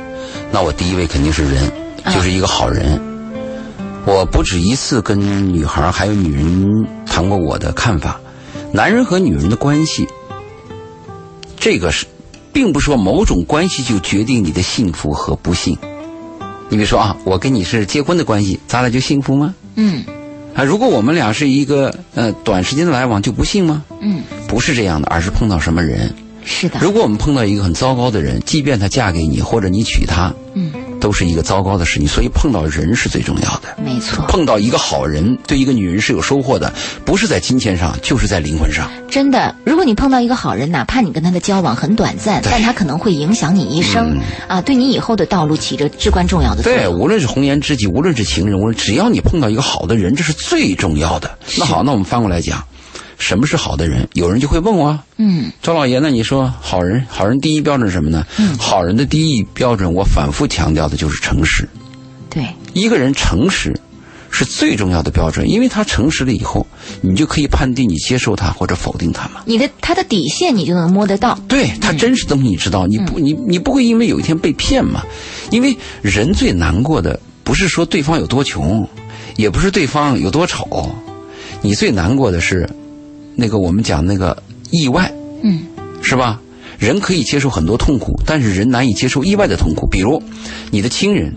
C: 那我第一位肯定是人，就是一个好人。我不止一次跟女孩儿还有女人谈过我的看法，男人和女人的关系，这个是，并不是说某种关系就决定你的幸福和不幸。你比如说啊，我跟你是结婚的关系，咱俩就幸福吗？
B: 嗯
C: 啊，如果我们俩是一个呃短时间的来往，就不幸吗？
B: 嗯，
C: 不是这样的，而是碰到什么人。
B: 是的，
C: 如果我们碰到一个很糟糕的人，即便她嫁给你或者你娶她，
B: 嗯，
C: 都是一个糟糕的事情。所以碰到人是最重要的。
B: 没错，
C: 碰到一个好人，对一个女人是有收获的，不是在金钱上，就是在灵魂上。
B: 真的。如果你碰到一个好人，哪怕你跟他的交往很短暂，但他可能会影响你一生、啊，对你以后的道路起着至关重要的作
C: 嗯对，
B: 用。
C: 无论是红颜知己，无论是情人，无论只要你碰到一个好的人，这是最重要的。那好，那我们翻过来讲，什么是好的人？有人就会问我啊，
B: 嗯，
C: 周老爷，那你说好人，好人第一标准是什么呢？好人的第一标准，我反复强调的就是诚实。
B: 对，
C: 一个人诚实是最重要的标准，因为他诚实了以后，你就可以判定你接受他或者否定他嘛。
B: 你的他的底线你就能摸得到。
C: 对他真实的东西，你知道，你不你你不会因为有一天被骗嘛？因为人最难过的不是说对方有多穷，也不是对方有多丑，你最难过的是那个我们讲那个意外，
B: 嗯，
C: 是吧？人可以接受很多痛苦，但是人难以接受意外的痛苦。比如，你的亲人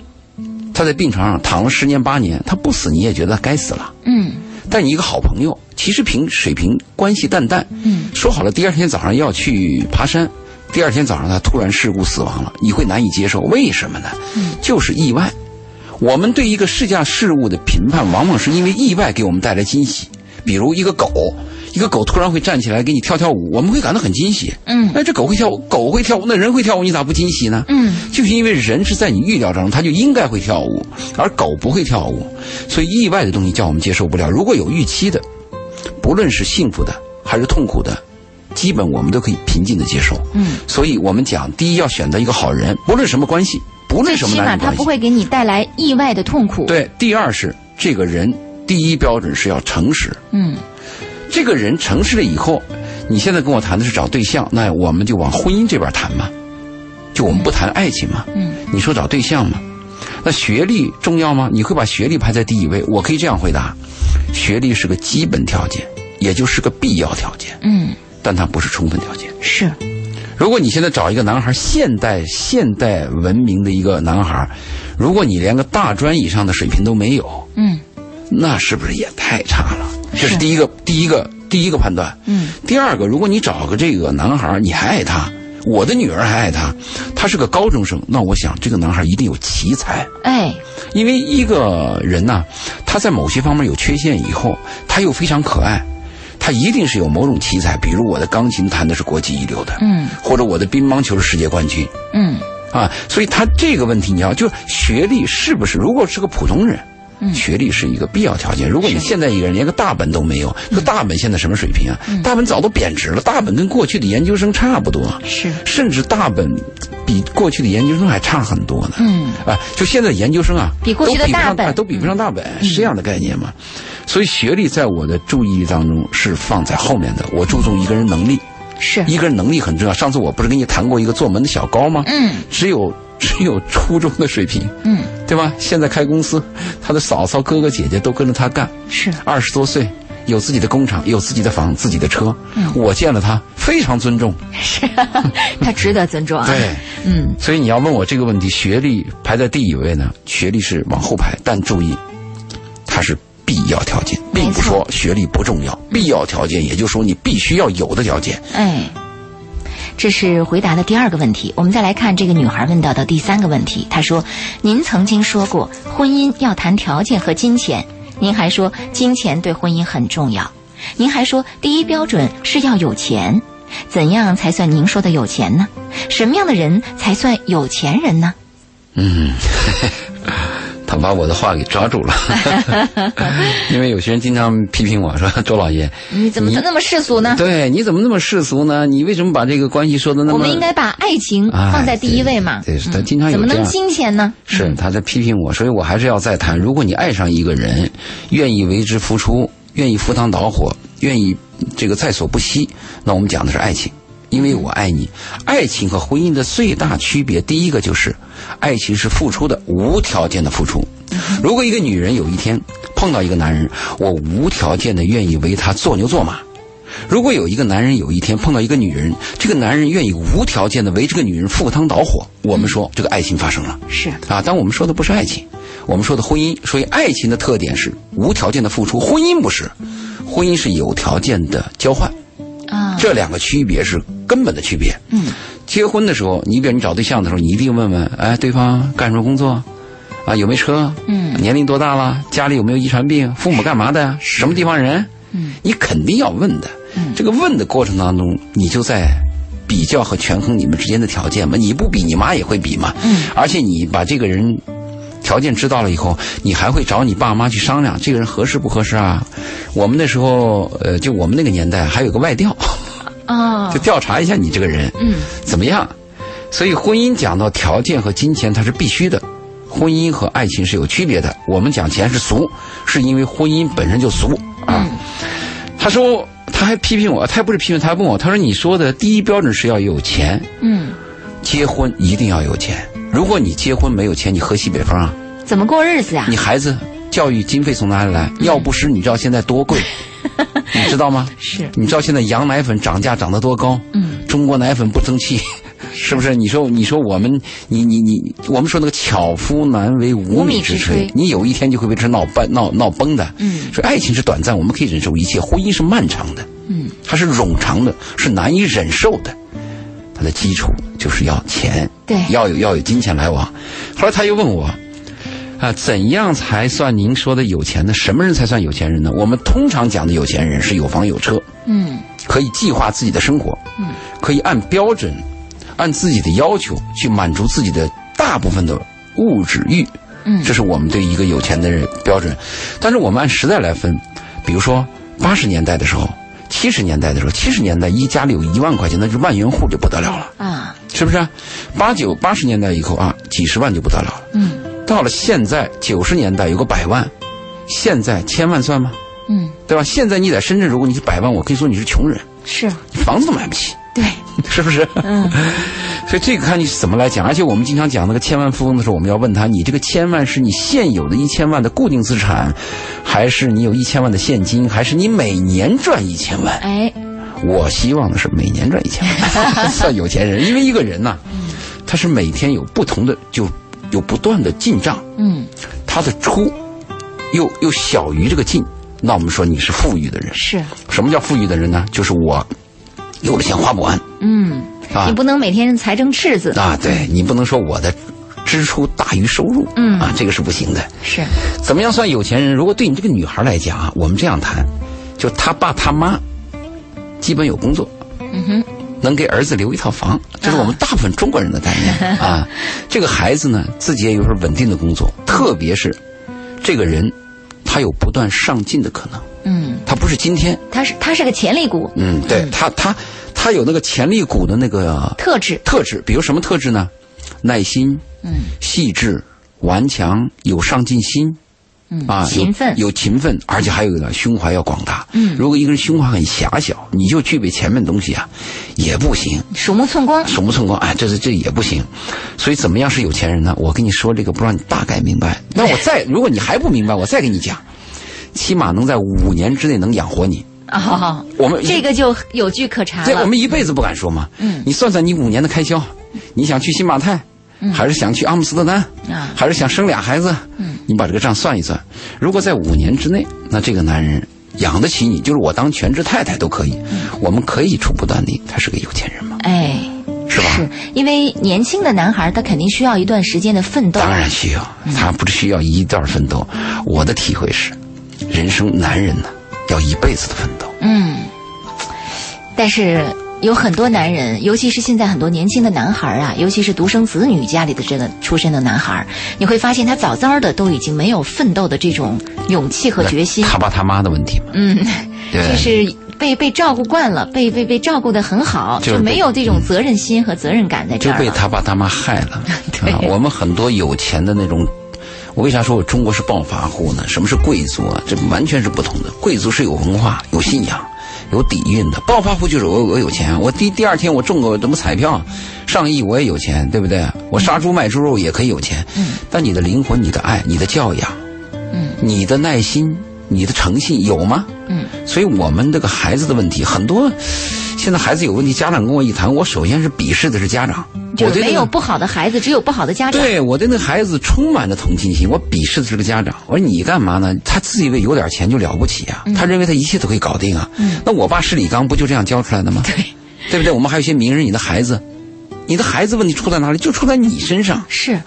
C: 他在病床上躺了十年八年，他不死你也觉得他该死了。
B: 嗯，
C: 但你一个好朋友，其实平水平关系淡淡，
B: 嗯，
C: 说好了第二天早上要去爬山，第二天早上他突然事故死亡了，你会难以接受，为什么呢？嗯，就是意外。我们对一个世界事物的评判，往往是因为意外给我们带来惊喜，比如一个狗。一个狗突然会站起来给你跳跳舞，我们会感到很惊喜。
B: 嗯
C: 哎，这狗会跳舞，狗会跳舞，那人会跳舞，你咋不惊喜呢？
B: 嗯，
C: 就是因为人是在你预料当中，他就应该会跳舞，而狗不会跳舞，所以意外的东西叫我们接受不了。如果有预期的，不论是幸福的还是痛苦的，基本我们都可以平静的接受。
B: 嗯，
C: 所以我们讲，第一要选择一个好人，不论什么关系，不论
B: 最
C: 什么
B: 起
C: 男
B: 码
C: 女
B: 他
C: 关系
B: 不，会给你带来意外的痛苦。，
C: 对。第二是这个人，第一标准是要诚实。
B: 嗯，
C: 这个人诚实了以后，你现在跟我谈的是找对象，那我们就往婚姻这边谈嘛，就我们不谈爱情嘛。
B: 嗯，
C: 你说找对象嘛，那学历重要吗？你会把学历排在第一位？我可以这样回答：学历是个基本条件，也就是个必要条件，
B: 嗯，
C: 但它不是充分条件。
B: 是，
C: 如果你现在找一个男孩，现代现代文明的一个男孩，如果你连个大专以上的水平都没有，
B: 嗯
C: 那是不是也太差了？这
B: 是
C: 是第一个，第一个，第一个判断。
B: 嗯，
C: 第二个，如果你找个这个男孩，你还爱他，我的女儿还爱他，他是个高中生，那我想这个男孩一定有奇才，
B: 哎，
C: 因为一个人呐、他在某些方面有缺陷以后，他又非常可爱，他一定是有某种奇才，比如我的钢琴弹的是国际一流的，
B: 嗯
C: 或者我的乒乓球是世界冠军，
B: 嗯
C: 啊，所以他这个问题你要就是学历是不是？如果是个普通人，
B: 嗯
C: 学历是一个必要条件。如果你现在一个人连个大本都没有，
B: 嗯
C: 这大本现在什么水平啊？大本早都贬值了，大本跟过去的研究生差不多，
B: 是，
C: 甚至大本比过去的研究生还差很多呢。
B: 嗯
C: 啊，就现在研究生啊，
B: 比过去的
C: 都不上
B: 大本嗯
C: 啊都比不上大本，是这样的概念嘛？所以学历在我的注意力当中是放在后面的，我注重一个人能力。
B: 是，
C: 一个人能力很重要。上次我不是跟你谈过一个做门的小高吗？
B: 嗯
C: 只有 [LAUGHS] 只有初中的水平，
B: 嗯
C: 对吧？现在开公司，他的嫂嫂、哥哥、姐姐都跟着他干，
B: 是，
C: 二十多岁。有自己的工厂，有自己的房，自己的车。
B: 嗯
C: 我见了他非常尊重，
B: 他值得尊重啊。
C: 对，
B: 嗯，
C: 所以你要问我这个问题，学历排在第一位呢？学历是往后排，但注意，它是必要条件，
B: 没错
C: 并不说学历不重要。必要条件，也就是说你必须要有的条件。
B: 哎，这是回答的第二个问题。我们再来看这个女孩问到的第三个问题，她说：“您曾经说过，婚姻要谈条件和金钱，您还说金钱对婚姻很重要，您还说第一标准是要有钱。怎样才算您说的有钱呢？什么样的人才算有钱人呢？
C: 嗯，他把我的话给抓
B: [LAUGHS]
C: 住了，因为有些人经常批评我说：“周老爷，
B: 你嗯怎么那么世俗呢？
C: 对，你怎么那么世俗呢？你为什么把这个关系说的那么……
B: 我们应该把爱情放在第一位嘛。嗯
C: 哎对，对他经常有
B: 怎么
C: 这
B: 能
C: 样。
B: 金钱呢？
C: 是他在批评我，所以我还是要再谈。如果你爱上一个人，愿意为之付出，愿意赴汤蹈火，愿意这个在所不惜，那我们讲的是爱情，因为我爱你。爱情和婚姻的最大区别，第一个就是，爱情是付出的，无条件的付出。如果一个女人有一天碰到一个男人，我无条件的愿意为他做牛做马。如果有一个男人有一天碰到一个女人，这个男人愿意无条件的为这个女人赴汤蹈火，我们说这个爱情发生了。
B: 是
C: 啊，但我们说的不是爱情，我们说的婚姻。所以，爱情的特点是无条件的付出，婚姻不是，婚姻是有条件的交换。
B: 啊，
C: 这两个区别是根本的区别。
B: 嗯，
C: 结婚的时候，你比如你找对象的时候，你一定问问，哎，对方干什么工作？啊，有没有车？
B: 嗯
C: 年龄多大了？家里有没有遗传病？父母干嘛的呀？什么地方人？
B: 嗯，
C: 你肯定要问的。嗯，这个问的过程当中，你就在比较和权衡你们之间的条件嘛。你不比，你妈也会比嘛。嗯，而且你把这个人条件知道了以后，你还会找你爸妈去商量，这个人合适不合适啊？我们那时候，呃，就我们那个年代还有个外调，
B: 啊
C: 就，调查一下你这个人，嗯，怎么样？所以婚姻讲到条件和金钱，它是必须的。婚姻和爱情是有区别的。我们讲钱是俗，是因为婚姻本身就俗啊。他说，他还批评我，他也不是批评，他还问我，他说你说的第一标准是要有钱，
B: 嗯，
C: 结婚一定要有钱。如果你结婚没有钱，你喝西北风啊？嗯
B: 怎么过日子呀、
C: 你孩子教育经费从哪里来？药不湿你知道现在多 [LAUGHS] 贵，你知道吗？
B: 是
C: 你知道现在羊奶粉涨价涨得多高？
B: 嗯，
C: 中国奶粉不争 [LAUGHS] 气，是不是？你说，你说我们，你你你，我们说那个巧妇难为无米之
B: 无米
C: 炊
B: 之炊，
C: 你有一天就会被这闹崩闹闹崩的。
B: 嗯，
C: 所以爱情是短暂，我们可以忍受一切；婚姻是漫长的，
B: 嗯，
C: 它是冗长的，是难以忍受的。它的基础就是要钱，
B: 对
C: 要有要有金钱来往。后来他又问我，啊，怎样才算您说的有钱呢？什么人才算有钱人呢？我们通常讲的有钱人是有房有车，
B: 嗯
C: 可以计划自己的生活，
B: 嗯，
C: 可以按标准，按自己的要求去满足自己的大部分的物质欲，
B: 嗯
C: 这是我们对一个有钱的人标准。但是我们按时代来分，比如说八十年代的时候，七十年代的时候，七十年代一家里有一万块钱，那是万元户就不得了了，
B: 啊，
C: 是不是、啊？八九八十年代以后啊，几十万就不得了了。
B: 嗯
C: 到了现在九十年代有个百万，现在千万算吗？
B: 嗯，
C: 对吧？现在你在深圳，如果你是百万，我可以说你是穷人，
B: 是
C: 你房子都买不起， [LAUGHS]
B: 对，
C: 是不是？
B: 嗯
C: [LAUGHS] 所以这个看你是怎么来讲。而且我们经常讲那个千万富翁的时候，我们要问他：你这个千万是你现有的一千万的固定资产，还是你有一千万的现金，还是你每年赚一千万？
B: 哎，
C: 我希望的是每年赚一千万， [LAUGHS] 算有钱人。因为一个人呐、他是每天有不同的，就有不断的进账。
B: 嗯
C: 他的出又又小于这个进，那我们说你是富裕的人。
B: 是，
C: 什么叫富裕的人呢？就是我有了钱花不完
B: 嗯，
C: 啊
B: 你不能每天财政赤字，
C: 啊！对你不能说我的支出大于收入，
B: 嗯
C: 啊，这个是不行的。
B: 是
C: 怎么样算有钱人？如果对你这个女孩来讲啊，我们这样谈，就她爸她妈基本有工作，
B: 嗯哼啊
C: 能给儿子留一套房，这是我们大部分中国人的概
B: [LAUGHS]
C: 念啊。这个孩子呢，自己也有份稳定的工作，
B: 嗯
C: 特别是这个人，他有不断上进的可能，
B: 嗯，
C: 他不是今天，
B: 他是他是个潜力股
C: 嗯，对他他他有那个潜力股的那个
B: 特质，
C: 特质，比如什么特质呢？耐心，
B: 嗯，
C: 细致、顽强、有上进心，
B: 嗯
C: 啊，有
B: 勤奋
C: 有勤奋，而且还有呢，胸怀要广大。嗯，如果一个人胸怀很狭小，你就具备前面东西啊，也不行，
B: 鼠目寸光，
C: 手目寸光，哎，这是这也不行。所以怎么样是有钱人呢？我跟你说这个，不知道你大概明白。那我再，如果你还不明白，我再跟你讲，起码能在五年之内能养活你。
B: 哦，
C: 我们
B: 这个就有据可查
C: 这我
B: 了。
C: 们一辈子不敢说嘛。
B: 嗯
C: 你算算你五年的开销，你想去新马泰，还是想去阿姆斯特丹
B: 嗯啊
C: 还是想生俩孩子？嗯，你把这个账算一算，如果在五年之内，那这个男人养得起你，就是我当全职太太都可以，
B: 嗯
C: 我们可以初步断定他是个有钱人嘛，
B: 哎，
C: 是吧？
B: 是因为年轻的男孩他肯定需要一段时间的奋斗，
C: 当然需要，
B: 嗯
C: 他不是需要一段奋斗。我的体会是，
B: 嗯
C: 人生男人呢要一辈子的奋斗。
B: 嗯，但是有很多男人，尤其是现在很多年轻的男孩啊，尤其是独生子女家里的这个出身的男孩，你会发现他早早的都已经没有奋斗的这种勇气和决心。
C: 他爸他妈的问题嘛，
B: 嗯，
C: 对
B: 就是被被照顾惯了，被被被照顾的很好，
C: 就是
B: 就
C: 被
B: 没有这种责任心和责任感在这
C: 就
B: 儿
C: 被
B: 了。
C: 他爸他妈害
B: [LAUGHS]
C: 了。
B: 对
C: 啊，我们很多有钱的那种，我为啥说我中国是暴发户呢？什么是贵族啊？这完全是不同的。贵族是有文化、有信仰、有底蕴的，暴发户就是我我有钱，我第第二天我中个什么彩票上亿我也有钱，对不对？我杀猪卖猪肉也可以有钱，但你的灵魂、你的爱、你的教养，
B: 嗯，
C: 你的耐心、你的诚信有吗？
B: 嗯，
C: 所以我们这个孩子的问题很多。现在孩子有问题，家长跟我一谈，我首先是鄙视的是家长，
B: 就
C: 我
B: 是
C: 对
B: 没
C: 这个
B: 有不好的孩子，只有不好的家长。
C: 对我对那孩子充满了同情心，我鄙视的是个家长。我说你干嘛呢？他自以为有点钱就了不起啊，
B: 嗯
C: 他认为他一切都可以搞定啊。那我爸施李刚不就这样教出来的吗？
B: 对，
C: 对不对？我们还有一些名人，你的孩子，你的孩子问题出在哪里？就出在你身上。
B: 是。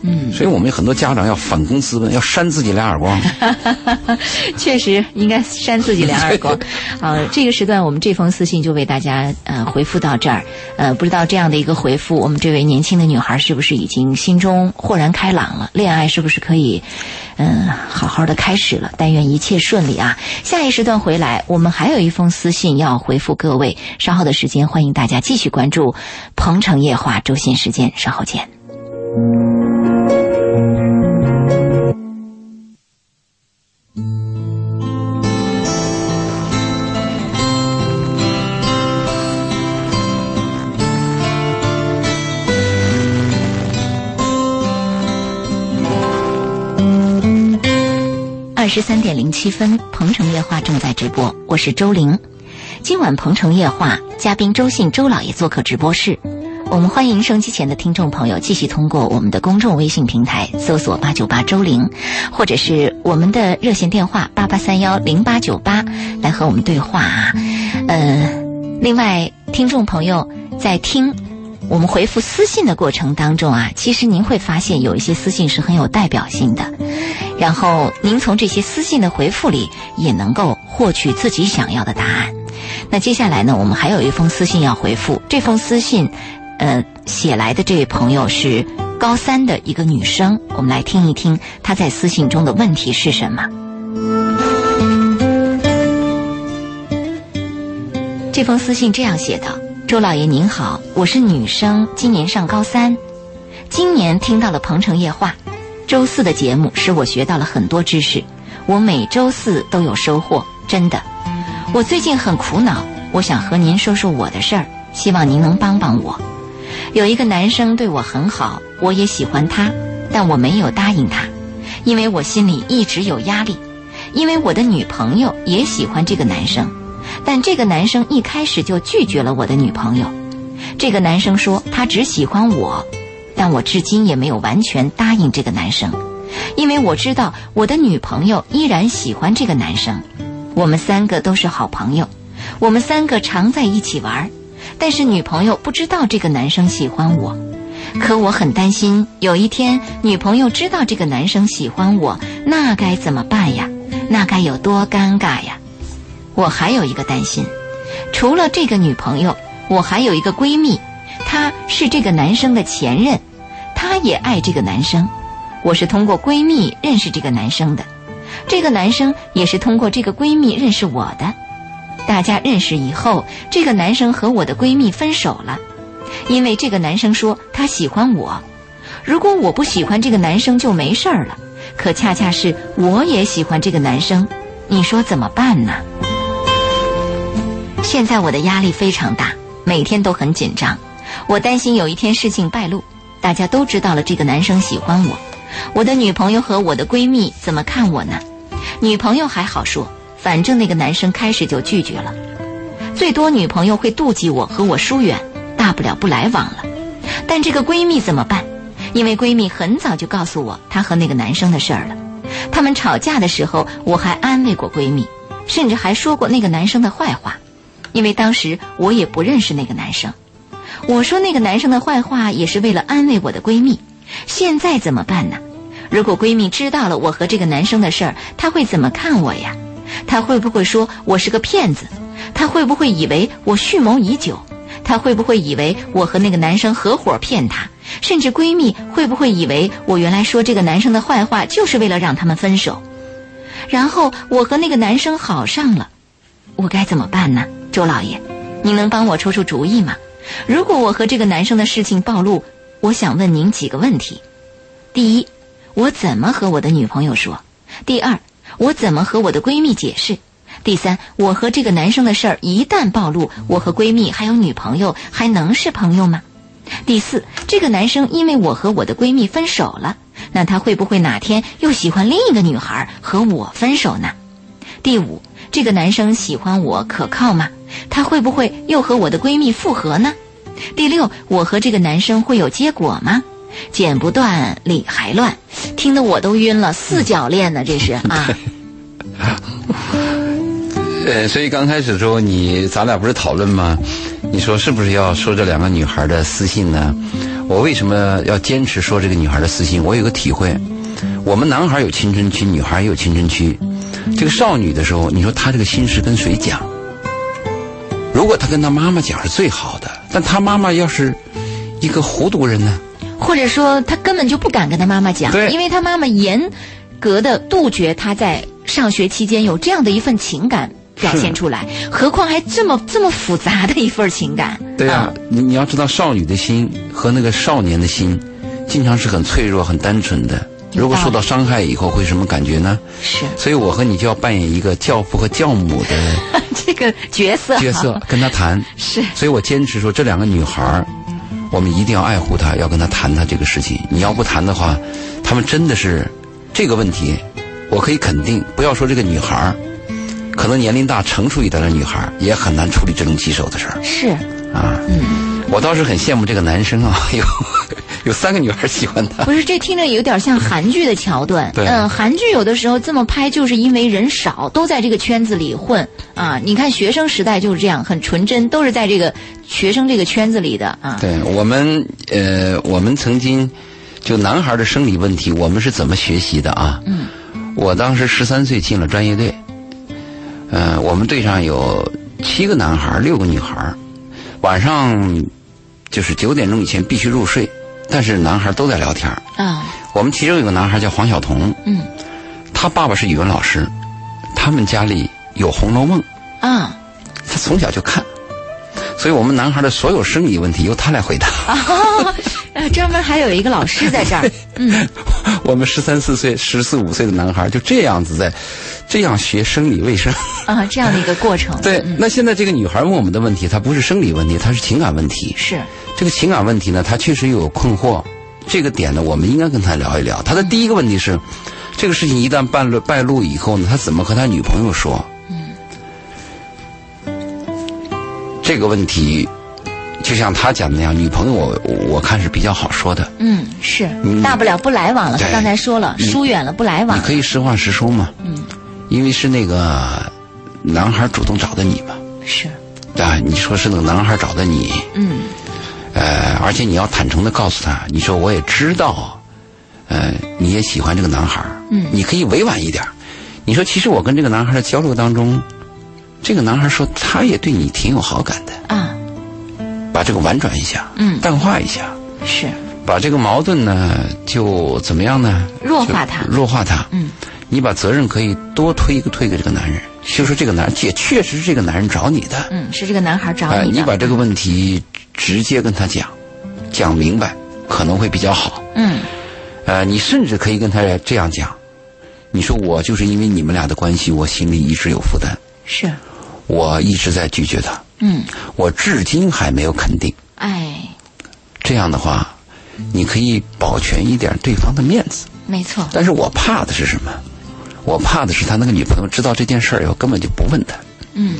B: 嗯
C: 所以我们有很多家长要反躬自问，要扇自己两耳光。
B: [LAUGHS] 确实应该扇自己两耳光。啊，这个时段我们这封私信就为大家呃回复到这儿。呃，不知道这样的一个回复，我们这位年轻的女孩是不是已经心中豁然开朗了？恋爱是不是可以嗯、好好的开始了？但愿一切顺利啊！下一时段回来，我们还有一封私信要回复各位。稍后的时间，欢迎大家继续关注《鹏城夜话》周信时间，稍后见。二十三点零七分，鹏城夜话正在直播，我是周玲。今晚鹏城夜话嘉宾周信周老爷做客直播室，我们欢迎收机前的听众朋友继续通过我们的公众微信平台搜索八九八周玲，或者是我们的热线电话八八三幺零八九八来和我们对话啊。呃，另外听众朋友在听我们回复私信的过程当中啊，其实您会发现有一些私信是很有代表性的。然后您从这些私信的回复里也能够获取自己想要的答案。那接下来呢，我们还有一封私信要回复。这封私信，呃，写来的这位朋友是高三的一个女生，我们来听一听她在私信中的问题是什么。这封私信这样写的：“周老爷您好，我是女生，今年上高三，今年听到了《鹏城夜话》，周四的节目使我学到了很多知识，我每周四都有收获，真的。我最近很苦恼，我想和您说说我的事儿，希望您能帮帮我。有一个男生对我很好，我也喜欢他，但我没有答应他，因为我心里一直有压力，因为我的女朋友也喜欢这个男生，但这个男生一开始就拒绝了我的女朋友。这个男生说他只喜欢我，但我至今也没有完全答应这个男生，因为我知道我的女朋友依然喜欢这个男生。我们三个都是好朋友，我们三个常在一起玩儿，但是女朋友不知道这个男生喜欢我。可我很担心，有一天女朋友知道这个男生喜欢我，那该怎么办呀？那该有多尴尬呀！我还有一个担心，除了这个女朋友，我还有一个闺蜜，她是这个男生的前任，她也爱这个男生。我是通过闺蜜认识这个男生的，这个男生也是通过这个闺蜜认识我的。大家认识以后，这个男生和我的闺蜜分手了，因为这个男生说他喜欢我。如果我不喜欢这个男生就没事儿了，可恰恰是我也喜欢这个男生，你说怎么办呢？现在我的压力非常大，每天都很紧张。我担心有一天事情败露，大家都知道了这个男生喜欢我，我的女朋友和我的闺蜜怎么看我呢？女朋友还好说，反正那个男生开始就拒绝了，最多女朋友会妒忌我和我疏远，大不了不来往了。但这个闺蜜怎么办？因为闺蜜很早就告诉我她和那个男生的事儿了。他们吵架的时候，我还安慰过闺蜜，甚至还说过那个男生的坏话。因为当时我也不认识那个男生，我说那个男生的坏话也是为了安慰我的闺蜜。现在怎么办呢？如果闺蜜知道了我和这个男生的事儿，她会怎么看我呀？他会不会说我是个骗子？他会不会以为我蓄谋已久？他会不会以为我和那个男生合伙骗他？甚至闺蜜会不会以为我原来说这个男生的坏话就是为了让他们分手？然后我和那个男生好上了，我该怎么办呢？周老爷，您能帮我出出主意吗？如果我和这个男生的事情暴露，我想问您几个问题：第一，我怎么和我的女朋友说？第二，我怎么和我的闺蜜解释？第三，我和这个男生的事儿一旦暴露，我和闺蜜还有女朋友还能是朋友吗？第四，这个男生因为我和我的闺蜜分手了，那他会不会哪天又喜欢另一个女孩和我分手呢？第五，这个男生喜欢我可靠吗？他会不会又和我的闺蜜复合呢？第六，我和这个男生会有结果吗？剪不断，理还乱，听得我都晕了，四角恋呢， [LAUGHS] 这是啊。
C: 呃，所以刚开始的时候，你咱俩不是讨论吗？你说是不是要说这两个女孩的私信呢？我为什么要坚持说这个女孩的私信？我有个体会，我们男孩有青春期，女孩也有青春期。这个少女的时候，你说她这个心事跟谁讲？如果她跟她妈妈讲是最好的，但她妈妈要是一个糊涂人呢？
B: 或者说他根本就不敢跟他妈妈讲，
C: 对
B: 因为他妈妈严格的杜绝他在上学期间有这样的一份情感表现出来，何况还这么这么复杂的一份情感。
C: 对呀、你你要知道，少女的心和那个少年的心，经常是很脆弱、很单纯的。
B: 有
C: 如果
B: 道
C: 受
B: 理
C: 到伤害以后，会什么感觉呢？
B: 是
C: 所以我和你就要扮演一个教父和教母的
B: [LAUGHS] [LAUGHS] 这个角色啊
C: 角色，跟他谈。
B: 是
C: 所以我坚持说，这两个女孩儿，我们一定要爱护她，要跟她谈谈这个事情。你要不谈的话，她们真的是这个问题，我可以肯定，不要说这个女孩儿，可能年龄大、成熟一点的女孩儿也很难处理这种棘手的事儿
B: 是，
C: 啊。嗯，我倒是很羡慕这个男生啊， [LAUGHS] 有有三个女孩儿喜欢他。
B: 不是这听着有点像韩剧的桥段。
C: 对
B: 嗯，韩剧有的时候这么拍，就是因为人少，都在这个圈子里混啊。你看学生时代就是这样，很纯真，都是在这个学生这个圈子里的啊。
C: 对我们，呃，我们曾经就男孩的生理问题，我们是怎么学习的啊？嗯，我当时十三岁进了专业队，呃，我们队上有七个男孩，六个女孩，晚上就是九点钟以前必须入睡，但是男孩都在聊天儿。
B: 啊，
C: 我们其中有个男孩叫黄晓彤，
B: 嗯，
C: 他爸爸是语文老师，他们家里有《红楼梦》，
B: 啊，
C: 他从小就看，所以我们男孩的所有生理问题由他来回答。
B: 呃，专门还有一个老师在这 [LAUGHS] 儿。
C: [LAUGHS] 我们十三四岁、十四五岁的男孩就这样子在这样学生理卫生。 [LAUGHS]
B: 啊，这样的一个过程。嗯
C: 对，那现在这个女孩问我们的问题，她不是生理问题，她是情感问题。
B: 是
C: 这个情感问题呢，她确实有困惑。这个点呢，我们应该跟她聊一聊。她的第一个问题是，这个事情一旦败露败露以后呢，她怎么和她女朋友说？这个问题，就像她讲的那样，女朋友我我我看是比较好说的。
B: 嗯，是，大不了不来往了。他
C: 对嗯
B: 刚才说了，疏远了，不来往
C: 你。可以实话实说嘛。嗯，因为是那个男孩主动找的你嘛，
B: 是，
C: 啊，你说是那个男孩找的你，
B: 嗯，
C: 呃，而且你要坦诚的告诉他，你说我也知道，呃，你也喜欢这个男孩，嗯，你可以委婉一点儿，你说其实我跟这个男孩的交流当中，这个男孩说他也对你挺有好感的，
B: 啊，
C: 把这个婉转一下，
B: 嗯
C: 淡化一下，
B: 是，
C: 把这个矛盾呢就怎么样呢？
B: 弱化它
C: 就弱化它。嗯，你把责任可以多推一个推给这个男人，就说这个男人也确实是这个男人找你的。
B: 嗯，是这个男孩找
C: 哎，
B: 你
C: 你
B: 的。
C: 把这个问题直接跟他讲，讲明白可能会比较好。
B: 嗯，
C: 呃，你甚至可以跟他这样讲，你说我就是因为你们俩的关系，我心里一直有负担，
B: 是，
C: 我一直在拒绝他，
B: 嗯，
C: 我至今还没有肯定。
B: 哎，
C: 这样的话，你可以保全一点对方的面子。
B: 没错，
C: 但是我怕的是什么？我怕的是他那个女朋友知道这件事儿以后，根本就不问他。
B: 嗯，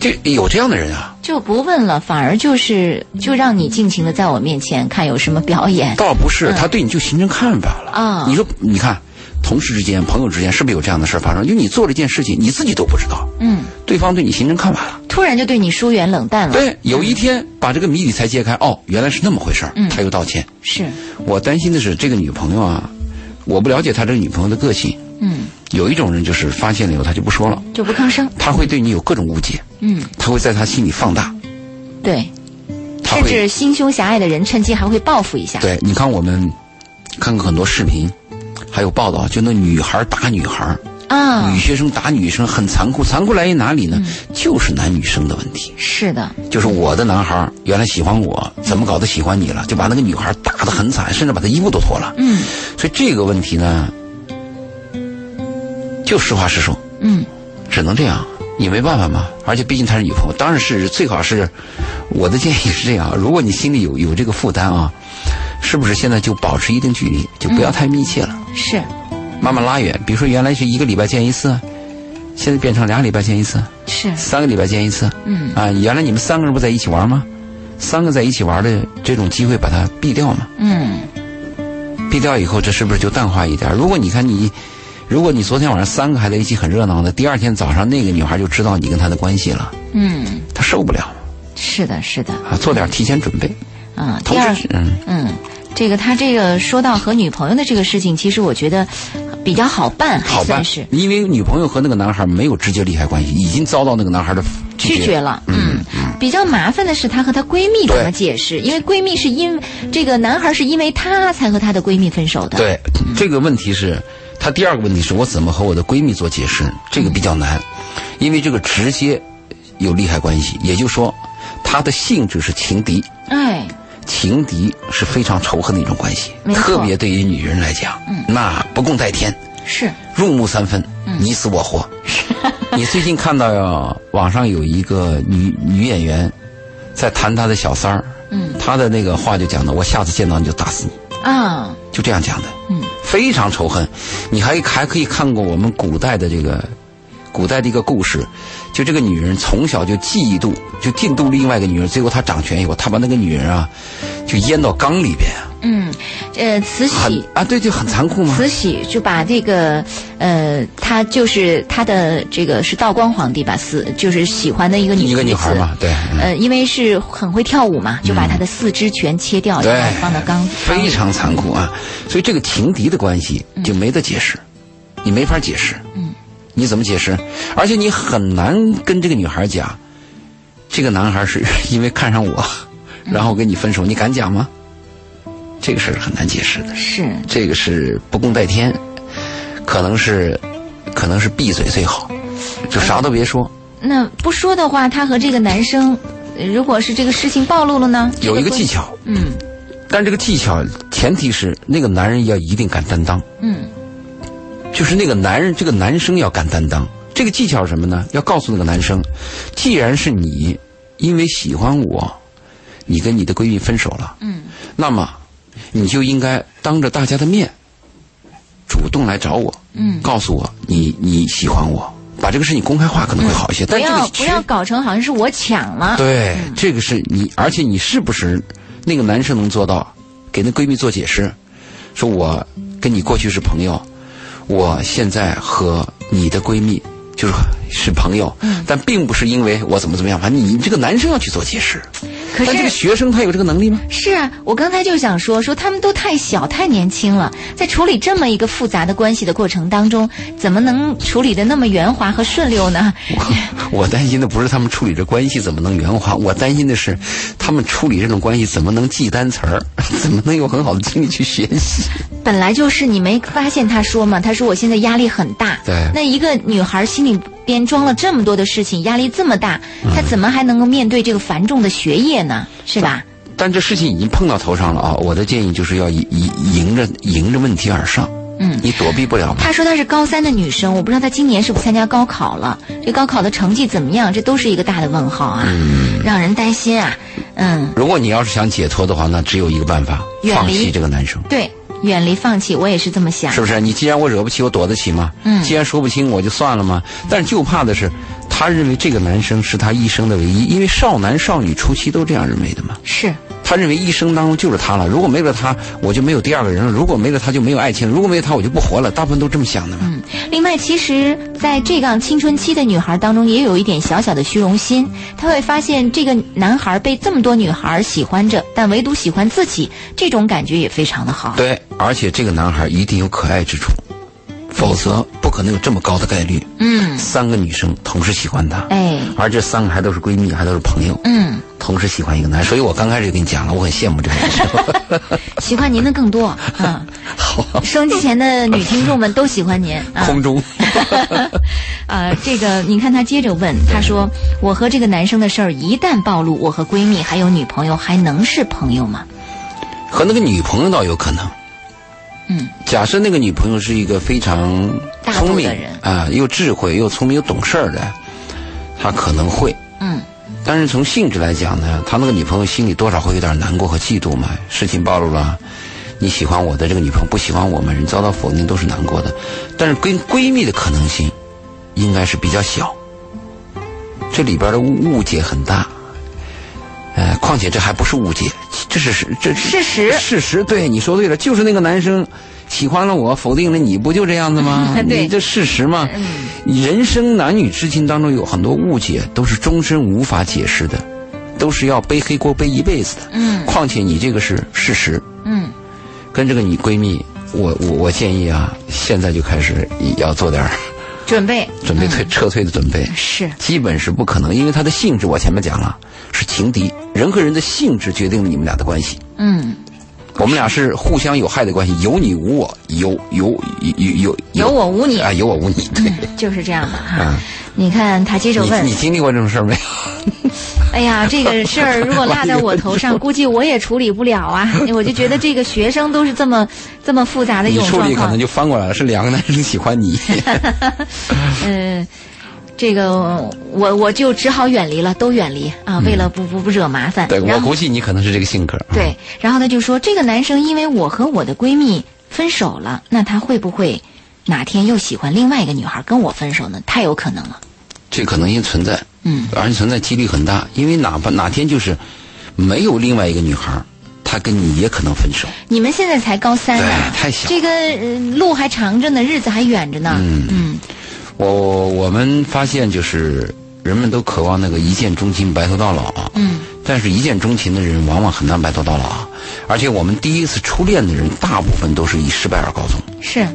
C: 这有这样的人啊，
B: 就不问了，反而就是就让你尽情的在我面前看有什么表演。
C: 倒不是他对你就形成看法了
B: 嗯啊
C: 你说，你看，同事之间、朋友之间，是不是有这样的事儿发生？就你做了一件事情，你自己都不知道，
B: 嗯，
C: 对方对你形成看法了。
B: 突然就对你疏远冷淡了。
C: 对，有一天把这个谜底
B: 嗯
C: 才揭开，哦，原来是那么回事儿，他又道歉。
B: 是，
C: 我担心的是这个女朋友啊，我不了解他这个女朋友的个性。
B: 嗯，
C: 有一种人就是发现了以后他就不说了，
B: 就不吭声。
C: 他会对你有各种误解，
B: 嗯，
C: 他会在他心里放大，
B: 对，
C: 他
B: 甚至
C: 会
B: 心胸狭隘的人趁机还会报复一下。
C: 对。你看我们看过很多视频，还有报道，就那女孩打女孩，
B: 啊嗯
C: 女，学生打女生很残酷，残酷来源于哪里呢？就是男女生的问题，
B: 是的，
C: 就是我的男孩儿原来喜欢我，
B: 嗯
C: 怎么搞的喜欢你了，就把那个女孩打得很惨，甚至把她衣服都脱了。
B: 嗯
C: 所以这个问题呢，就实话实说，
B: 嗯，
C: 只能这样，你没办法嘛。而且毕竟她是女朋友，当然是最好是，我的建议是这样：如果你心里有有这个负担啊，是不是现在就保持一定距离，就
B: 嗯
C: 不要太密切了，
B: 是
C: 慢慢拉远。比如说原来是一个礼拜见一次，现在变成俩礼拜见一次，
B: 是，
C: 三个礼拜见一次。
B: 嗯
C: 啊，原来你们三个人不在一起玩吗？三个在一起玩的这种机会，把它避掉嘛。
B: 嗯
C: 避掉以后，这是不是就淡化一点？如果你看你，如果你昨天晚上三个还在一起很热闹的，第二天早上那个女孩就知道你跟她的关系了，
B: 嗯，
C: 她受不了
B: 是的，是的，
C: 啊！做点提前准备。
B: 啊。
C: 同
B: 第二，
C: 时，嗯，
B: 嗯，这个他这个说到和女朋友的这个事情，其实我觉得比较好办，还
C: 好办
B: 算是，
C: 因为女朋友和那个男孩没有直接利害关系，已经遭到那个男孩的拒
B: 拒
C: 绝
B: 绝。了。嗯，比较麻烦的是她和她闺蜜怎么
C: 对
B: 解释，因为闺蜜是因这个男孩是因为她才和她的闺蜜分手的。，
C: 对，这个问题是，她第二个问题是我怎么和我的闺蜜做解释，这个比较难，因为这个直接有利害关系，也就是说，她的性质是情敌，
B: 哎，
C: 情敌是非常仇恨的一种关系
B: 没，错嗯
C: 特别对于女人来讲，那不共戴天，
B: 是，
C: 入木三分，
B: 嗯
C: 你死我活。 [LAUGHS] 你最近看到呀网上有一个女女演员在谈她的小三儿，
B: 嗯
C: 她的那个话就讲的，我下次见到你就打死你。
B: 啊，
C: 就这样讲的，
B: 嗯，
C: 非常仇恨。你还还可以看过我们古代的这个古代的一个故事，就这个女人从小就嫉妒，就嫉妒另外一个女人，最后她掌权以后，她把那个女人啊，就淹到缸里边，
B: 嗯，呃，慈
C: 很
B: 禧。
C: 啊，对，就很残酷吗？
B: 慈禧就把这个，呃，她就是她的这个是道光皇帝吧，四就是喜欢的一个女
C: 一个女
B: 女
C: 孩
B: 子
C: 嘛，对，嗯
B: 呃，因为是很会跳舞嘛，就把她的四肢全切掉，
C: 对
B: 然后放到 [LAUGHS] 缸，
C: 非常残酷啊！所以这个情敌的关系就没得解释，你没法解释。
B: 嗯，
C: 你怎么解释？而且你很难跟这个女孩讲，这个男孩是 [LAUGHS] 因为看上我，然后跟你分手，你敢讲吗？这个事儿很难解释的，
B: 是
C: 这个是不共戴天，可能是，可能是闭嘴最好，就啥都别说。
B: 那不说的话，她和这个男生，呃如果是这个事情暴露了呢？
C: 有一个技
B: 巧，
C: 巧，
B: 嗯
C: 但这个技巧前提是那个男人要一定敢担当。
B: 嗯，
C: 就是那个男人，这个男生要敢担当。这个技巧是什么呢？要告诉那个男生，既然是你因为喜欢我，你跟你的闺蜜分手了，
B: 嗯，
C: 那么你就应该当着大家的面主动来找我，
B: 嗯
C: 告诉我你你喜欢我，把这个事情公开化可能会好一些。
B: 嗯不
C: 但这
B: 要
C: 个
B: 不要搞成好像是我抢
C: [LAUGHS]
B: 了，
C: 对，这个是你，而且你是不是那个男生能做到？给那闺蜜做解释，说我跟你过去是朋友，我现在和你的闺蜜就是是朋友，但并不是因为我怎么怎么样。反正你这个男生要去做解释，
B: 可
C: 但这
B: 是
C: 个学生他有这个能力吗？
B: 是啊，我刚才就想说说他们都太小太年轻了，在处理这么一个复杂的关系的过程当中，怎么能处理的那么圆滑和顺溜呢？
C: [LAUGHS] 我担心的不是他们处理这关系怎么能圆滑，我担心的是他们处理这种关系怎么能记单词儿，怎么能有很好的精力去学习？
B: 本来就是你没发现他说吗？他说我现在压力很大。
C: 对
B: 那一个女孩心里边装了这么多的事情，压力这么大，
C: 嗯
B: 她怎么还能够面对这个繁重的学业呢？是吧？
C: 但这事情已经碰到头上了啊！我的建议就是要迎迎迎着迎着问题而上，
B: 嗯
C: 你躲避不了嘛。
B: 她说她是高三的女生，我不知道她今年是不是参加高考了，这高考的成绩怎么样？这都是一个大的问号啊，
C: 嗯
B: 让人担心啊。嗯，
C: 如果你要是想解脱的话，那只有一个办法，
B: 远离
C: 放弃这个男生，
B: 对，远离放弃，我也是这么想
C: 是。不是？你既然我惹不起，我躲得起吗？
B: 嗯
C: 既然说不清，我就算了嘛。但是就怕的是，他认为这个男生是他一生的唯一，因为少男少女初期都这样认为的嘛。
B: 是，
C: 他他认为一生当中就是他了，如果没了他，我就没有第二个人了；如果没了他，就没有爱情了；如果没有他，我就不活了。大部分都这么想的嘛。
B: 另外，其实在这个青春期的女孩当中，也有一点小小的虚荣心。她会发现这个男孩被这么多女孩喜欢着，但唯独喜欢自己，这种感觉也非常的好。
C: 对，而且这个男孩一定有可爱之处，否则不可能有这么高的概率。
B: 嗯，
C: 三个女生同时喜欢他，
B: 哎
C: 而这三个还都是闺蜜，还都是朋友，
B: 嗯，
C: 同时喜欢一个男人。所以我刚开始就跟你讲了，我很羡慕这个女生。
B: 喜欢您的更多啊。
C: [LAUGHS] 好，
B: 收音机前的女听众们都喜欢您啊。
C: [LAUGHS] 空中。
B: [LAUGHS] 啊，这个你看他接着问，他说：“我和这个男生的事儿一旦暴露，我和闺蜜还有女朋友还能是朋友吗
C: 和那个女朋友倒有可能。
B: 嗯，
C: 假设那个女朋友是一个非常
B: 大度的
C: 聪明
B: 人
C: 啊、又智慧又聪明又懂事儿的，她可能会。？”
B: 嗯，
C: 但是从性质来讲呢，他那个女朋友心里多少会有点难过和嫉妒嘛。事情暴露了，你喜欢我的这个女朋友不喜欢我嘛，人遭到否定都是难过的。但是跟闺蜜的可能性应该是比较小，这里边的误误解很大。呃，况且这还不是误解，这是这
B: 事实？
C: [LAUGHS] 事实对你说对了，就是那个男生喜欢了我，否定了你，不就这样子吗
B: [LAUGHS] 对嗯
C: 你这事实嘛。人生男女之情当中有很多误解，都是终身无法解释的，都是要背黑锅背一辈子的。
B: 嗯
C: 况且你这个是事实，
B: 嗯，
C: 跟这个你闺蜜，我我我建议啊，现在就开始要做点儿 [LAUGHS]
B: 准备
C: 准备
B: 嗯
C: 退、撤退的准备。
B: 是
C: 基本是不可能，因为它的性质我前面讲了是情敌，人和人的性质决定了你们俩的关系。
B: 嗯，
C: 我们俩是互相有害的关系，有你无我，有有有有有
B: 有我无你，
C: 啊，有我无你。对，
B: 就是这样的哈。
C: 嗯
B: 你看他接着问
C: 你你，经历过这种事儿没有？
B: 哎呀，这个事儿如果落在我头
C: [LAUGHS]
B: 上，估计我也处理不了啊。我就觉得这个学生都是这么这么复杂的一
C: 你
B: 种
C: 处
B: 状
C: 理可
B: 况
C: 能。就翻过来了，是两个男人喜
B: [LAUGHS]
C: 欢你。
B: 嗯，这个我我就只好远离了，都远离啊，为了不不不惹麻烦。
C: 嗯对我
B: 然后
C: 估计你可能是这个性格。嗯
B: 对，然后他就说，这个男生因为我和我的闺蜜分手了，那他会不会哪天又喜欢另外一个女孩跟我分手呢？太有可能了。
C: 这可能性存在，
B: 嗯，
C: 而且存在几率很大，因为哪怕哪天就是没有另外一个女孩儿，她跟你也可能分手。
B: 你们现在才高三呢、
C: 对太小
B: 这个、呃路还长着呢，日子还远着呢。嗯
C: 我我们发现就是人们都渴望那个一见钟情、白头到老啊。
B: 嗯
C: 但是，一见钟情的人往往很难白头到老啊。而且，我们第一次初恋的人，大部分都是以失败而告终。
B: 是，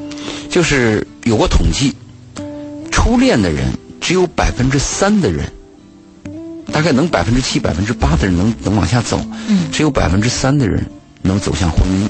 C: 就是有过统计，初恋的人只有百分之三的人，大概能百分之七、百分之八的人能能往下走，
B: 嗯
C: 只有百分之三的人能走向婚姻。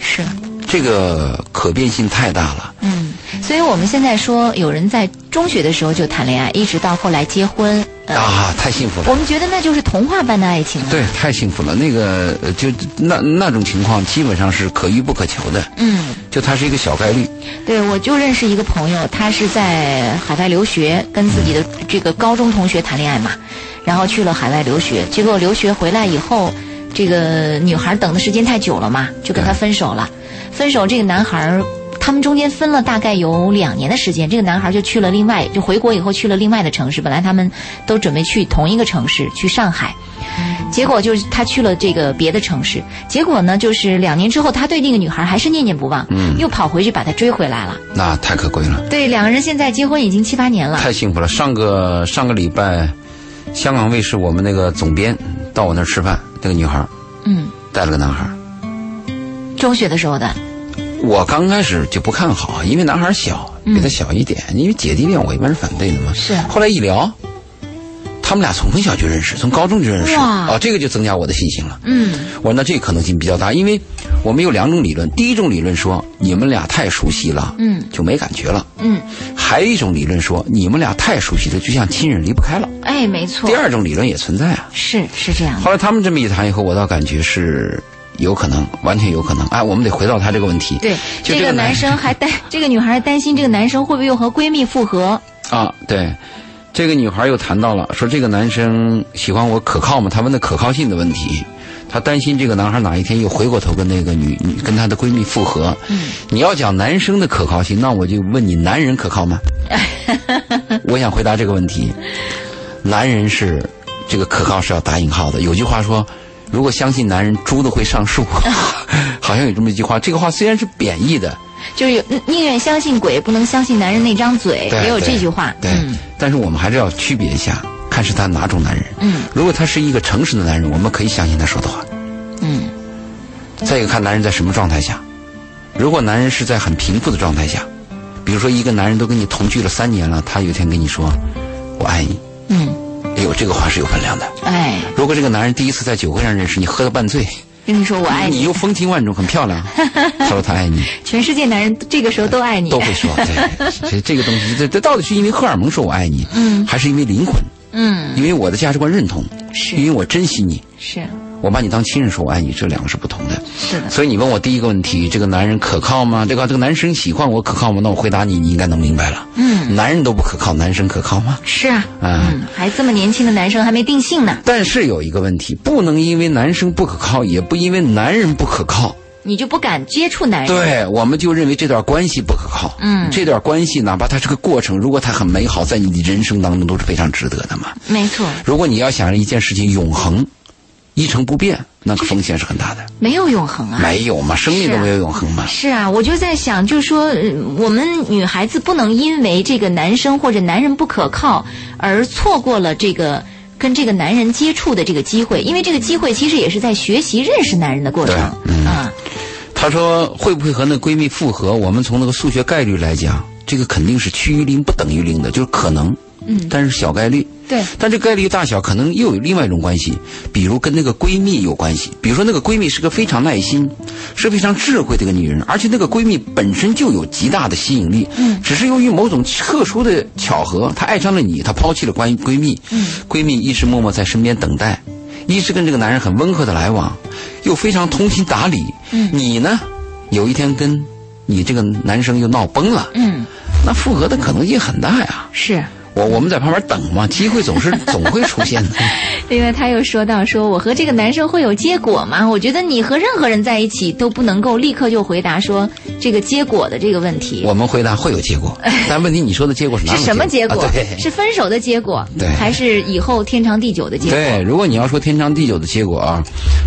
B: 是。
C: 这个可变性太大了。
B: 嗯，所以我们现在说，有人在中学的时候就谈恋爱，一直到后来结婚，呃，
C: 啊，太幸福了！
B: 我们觉得那就是童话般的爱情了。
C: 对，太幸福了。那个呃就那那种情况，基本上是可遇不可求的。
B: 嗯，
C: 就它是一个小概率。
B: 对，我就认识一个朋友，他是在海外留学，跟自己的这个高中同学谈恋爱嘛，然后去了海外留学，结果留学回来以后，这个女孩等的时间太久了嘛，就跟他分手了。分手，这个男孩儿他们中间分了大概有两年的时间，这个男孩儿就去了另外，就回国以后去了另外的城市，本来他们都准备去同一个城市，去上海。结果就是他去了这个别的城市，结果呢，就是两年之后，他对那个女孩还是念念不忘，嗯，又跑回去把她追回来了。
C: 那太可贵了。
B: 对，两个人现在结婚已经七八年了。
C: 太幸福了！上个上个礼拜，香港卫视我们那个总编到我那儿吃饭，那个女孩儿
B: 嗯，
C: 带了个男孩儿，
B: 中学的时候的，
C: 我刚开始就不看好，因为男孩儿小，比他小一点，因为姐弟恋我一般是反对的嘛。
B: 嗯是
C: 后来一聊，他们俩从很小就认识，从高中就认识，
B: 哇
C: 哦，这个就增加我的信心了。
B: 嗯
C: 我说那这个可能性比较大，因为我们有两种理论，第一种理论说你们俩太熟悉了，
B: 嗯
C: 就没感觉了；
B: 嗯，
C: 还有一种理论说你们俩太熟悉了，就像亲人离不开了。
B: 哎，没错
C: 第，二种理论也存在啊。
B: 是是这样的。
C: 后来他们这么一谈以后，我倒感觉是有可能，完全有可能。哎，我们得回到他这个问题。
B: 对，
C: 就
B: 这
C: 这
B: 个
C: 个男
B: 男生还担，这个女孩还担心这个男生会不会又和闺蜜复合。
C: 啊，对，这个女孩又谈到了，说这个男生喜欢我可靠吗？她问的可靠性的问题，她担心这个男孩哪一天又回过头跟那个女女跟她的闺蜜复合。嗯，你要讲男生的可靠性，那我就问你，男人可靠吗？我想回答这个问题，男人是这个可靠是要打引号的。有句话说，如果相信男人，猪都会上树。 [LAUGHS] 好像有这么一句话，这个话虽然是贬义的，
B: 就是有宁愿相信鬼，不能相信男人那张嘴，
C: 对
B: 也有这
C: 对
B: 句话。
C: 对，
B: 嗯
C: 但是我们还是要区别一下，看是他哪种男人。
B: 嗯，
C: 如果他是一个诚实的男人，我们可以相信他说的话。
B: 嗯，
C: 再一个看男人在什么状态下，如果男人是在很贫富的状态下，比如说一个男人都跟你同居了三年了，他有一天跟你说“我爱你
B: 嗯，”，
C: 哎呦，这个话是有分量的。
B: 哎，
C: 如果这个男人第一次在酒会上认识你，喝得半醉，
B: 跟你说我爱
C: 你
B: 你，
C: 又风情万种，
B: [LAUGHS]
C: 很漂亮，他说他爱你，
B: 全世界男人这个时候都爱你
C: 都。会说对，
B: [LAUGHS]
C: 这这个东西，这这到底是因为荷尔蒙说我爱你，
B: 嗯
C: 还是因为灵魂，
B: 嗯，
C: 因为我的价值观认同，因为
B: 是
C: 我珍惜你，
B: 是
C: 我把你当亲人说我爱你，这两个是不同的。
B: 是的，
C: 所以你问我第一个问题，这个男人可靠吗？这个这个男生喜欢我可靠吗？那我回答你，你应该能明白了。
B: 嗯，
C: 男人都不可靠，男生可靠吗？
B: 是啊，
C: 啊
B: 嗯，还这么年轻的男生还没定性呢，
C: 但是有一个问题，不能因为男生不可靠，也不因为男人不可靠，
B: 你就不敢接触男人。
C: 对，我们就认为这段关系不可靠。
B: 哎嗯
C: 这段关系哪怕它是个过程，如果它很美好，在你的人生当中都是非常值得的嘛。
B: 没错，
C: 如果你要想让一件事情永恒、一成不变，那个风险是很大的。
B: 没有永恒啊。
C: [LAUGHS] 没有嘛，生命都没有永恒嘛。
B: 是啊，我就在想，就说、嗯我们女孩子不能因为这个男生或者男人不可靠而错过了这个跟这个男人接触的这个机会，因为这个机会其实也是在学习认识男人的过程
C: 对
B: 啊。
C: 她说会不会和那闺蜜复合？我们从那个数学概率来讲，这个肯定是趋于零不等于零的，就是可能，嗯，但是小概率。
B: 对，
C: 但这概率大小可能又有另外一种关系，比如跟那个闺蜜有关系。比如说那个闺蜜是个非常耐心、是非常智慧的一个女人，而且那个闺蜜本身就有极大的吸引力。嗯，只是由于某种特殊的巧合，她爱上了你，她抛弃了关闺蜜。嗯，闺蜜一直默默在身边等待，一直跟这个男人很温和的来往，又非常通情达理。嗯，你呢，有一天跟你这个男生又闹崩了，
B: 嗯，
C: 那复合的可能性很大呀。
B: 是。
C: 我我们在旁边等嘛，机
B: [LAUGHS]
C: 会总是总会出现的。
B: 另外，他又说到说：“我和这个男生会有结果吗？”我觉得你和任何人在一起都不能够立刻就回答说这个结果的这个问题。
C: 我们回答会有结果，但问题你说的结果是哪
B: 是
C: 种
B: 什么结果？
C: 啊对
B: 是分手的结果，
C: 对
B: 还是以后天长地久的结果？
C: 对，如果你要说天长地久的结果啊，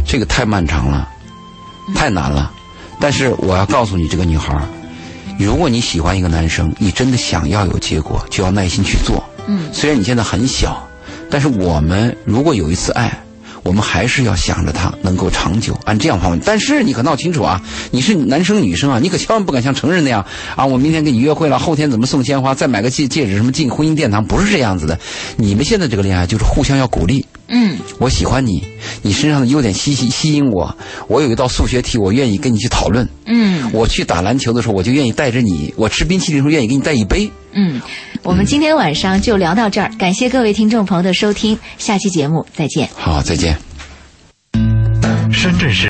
C: 这个太漫长了，
B: 嗯
C: 太难了。但是我要告诉你，这个女孩儿，如果你喜欢一个男生，你真的想要有结果，就要耐心去做。嗯，虽然你现在很小，但是我们如果有一次爱。我们还是要想着他能够长久，按这样方面。但是你可闹清楚啊，你是男生女生啊，你可千万不敢像成人那样啊，我明天跟你约会了，后天怎么送鲜花，再买个戒戒指，什么进婚姻殿堂，不是这样子的。你们现在这个恋爱就是互相要鼓励，
B: 嗯，
C: 我喜欢你，你身上的优点吸吸吸引我，我有一道数学题，我愿意跟你去讨论。
B: 嗯
C: 我去打篮球的时候，我就愿意带着你；我吃冰淇淋的时候，愿意给你带一杯。
B: 嗯，我们今天晚上就聊到这儿，感谢各位听众朋友的收听，下期节目再见。
C: 好，再见。
D: 深圳市。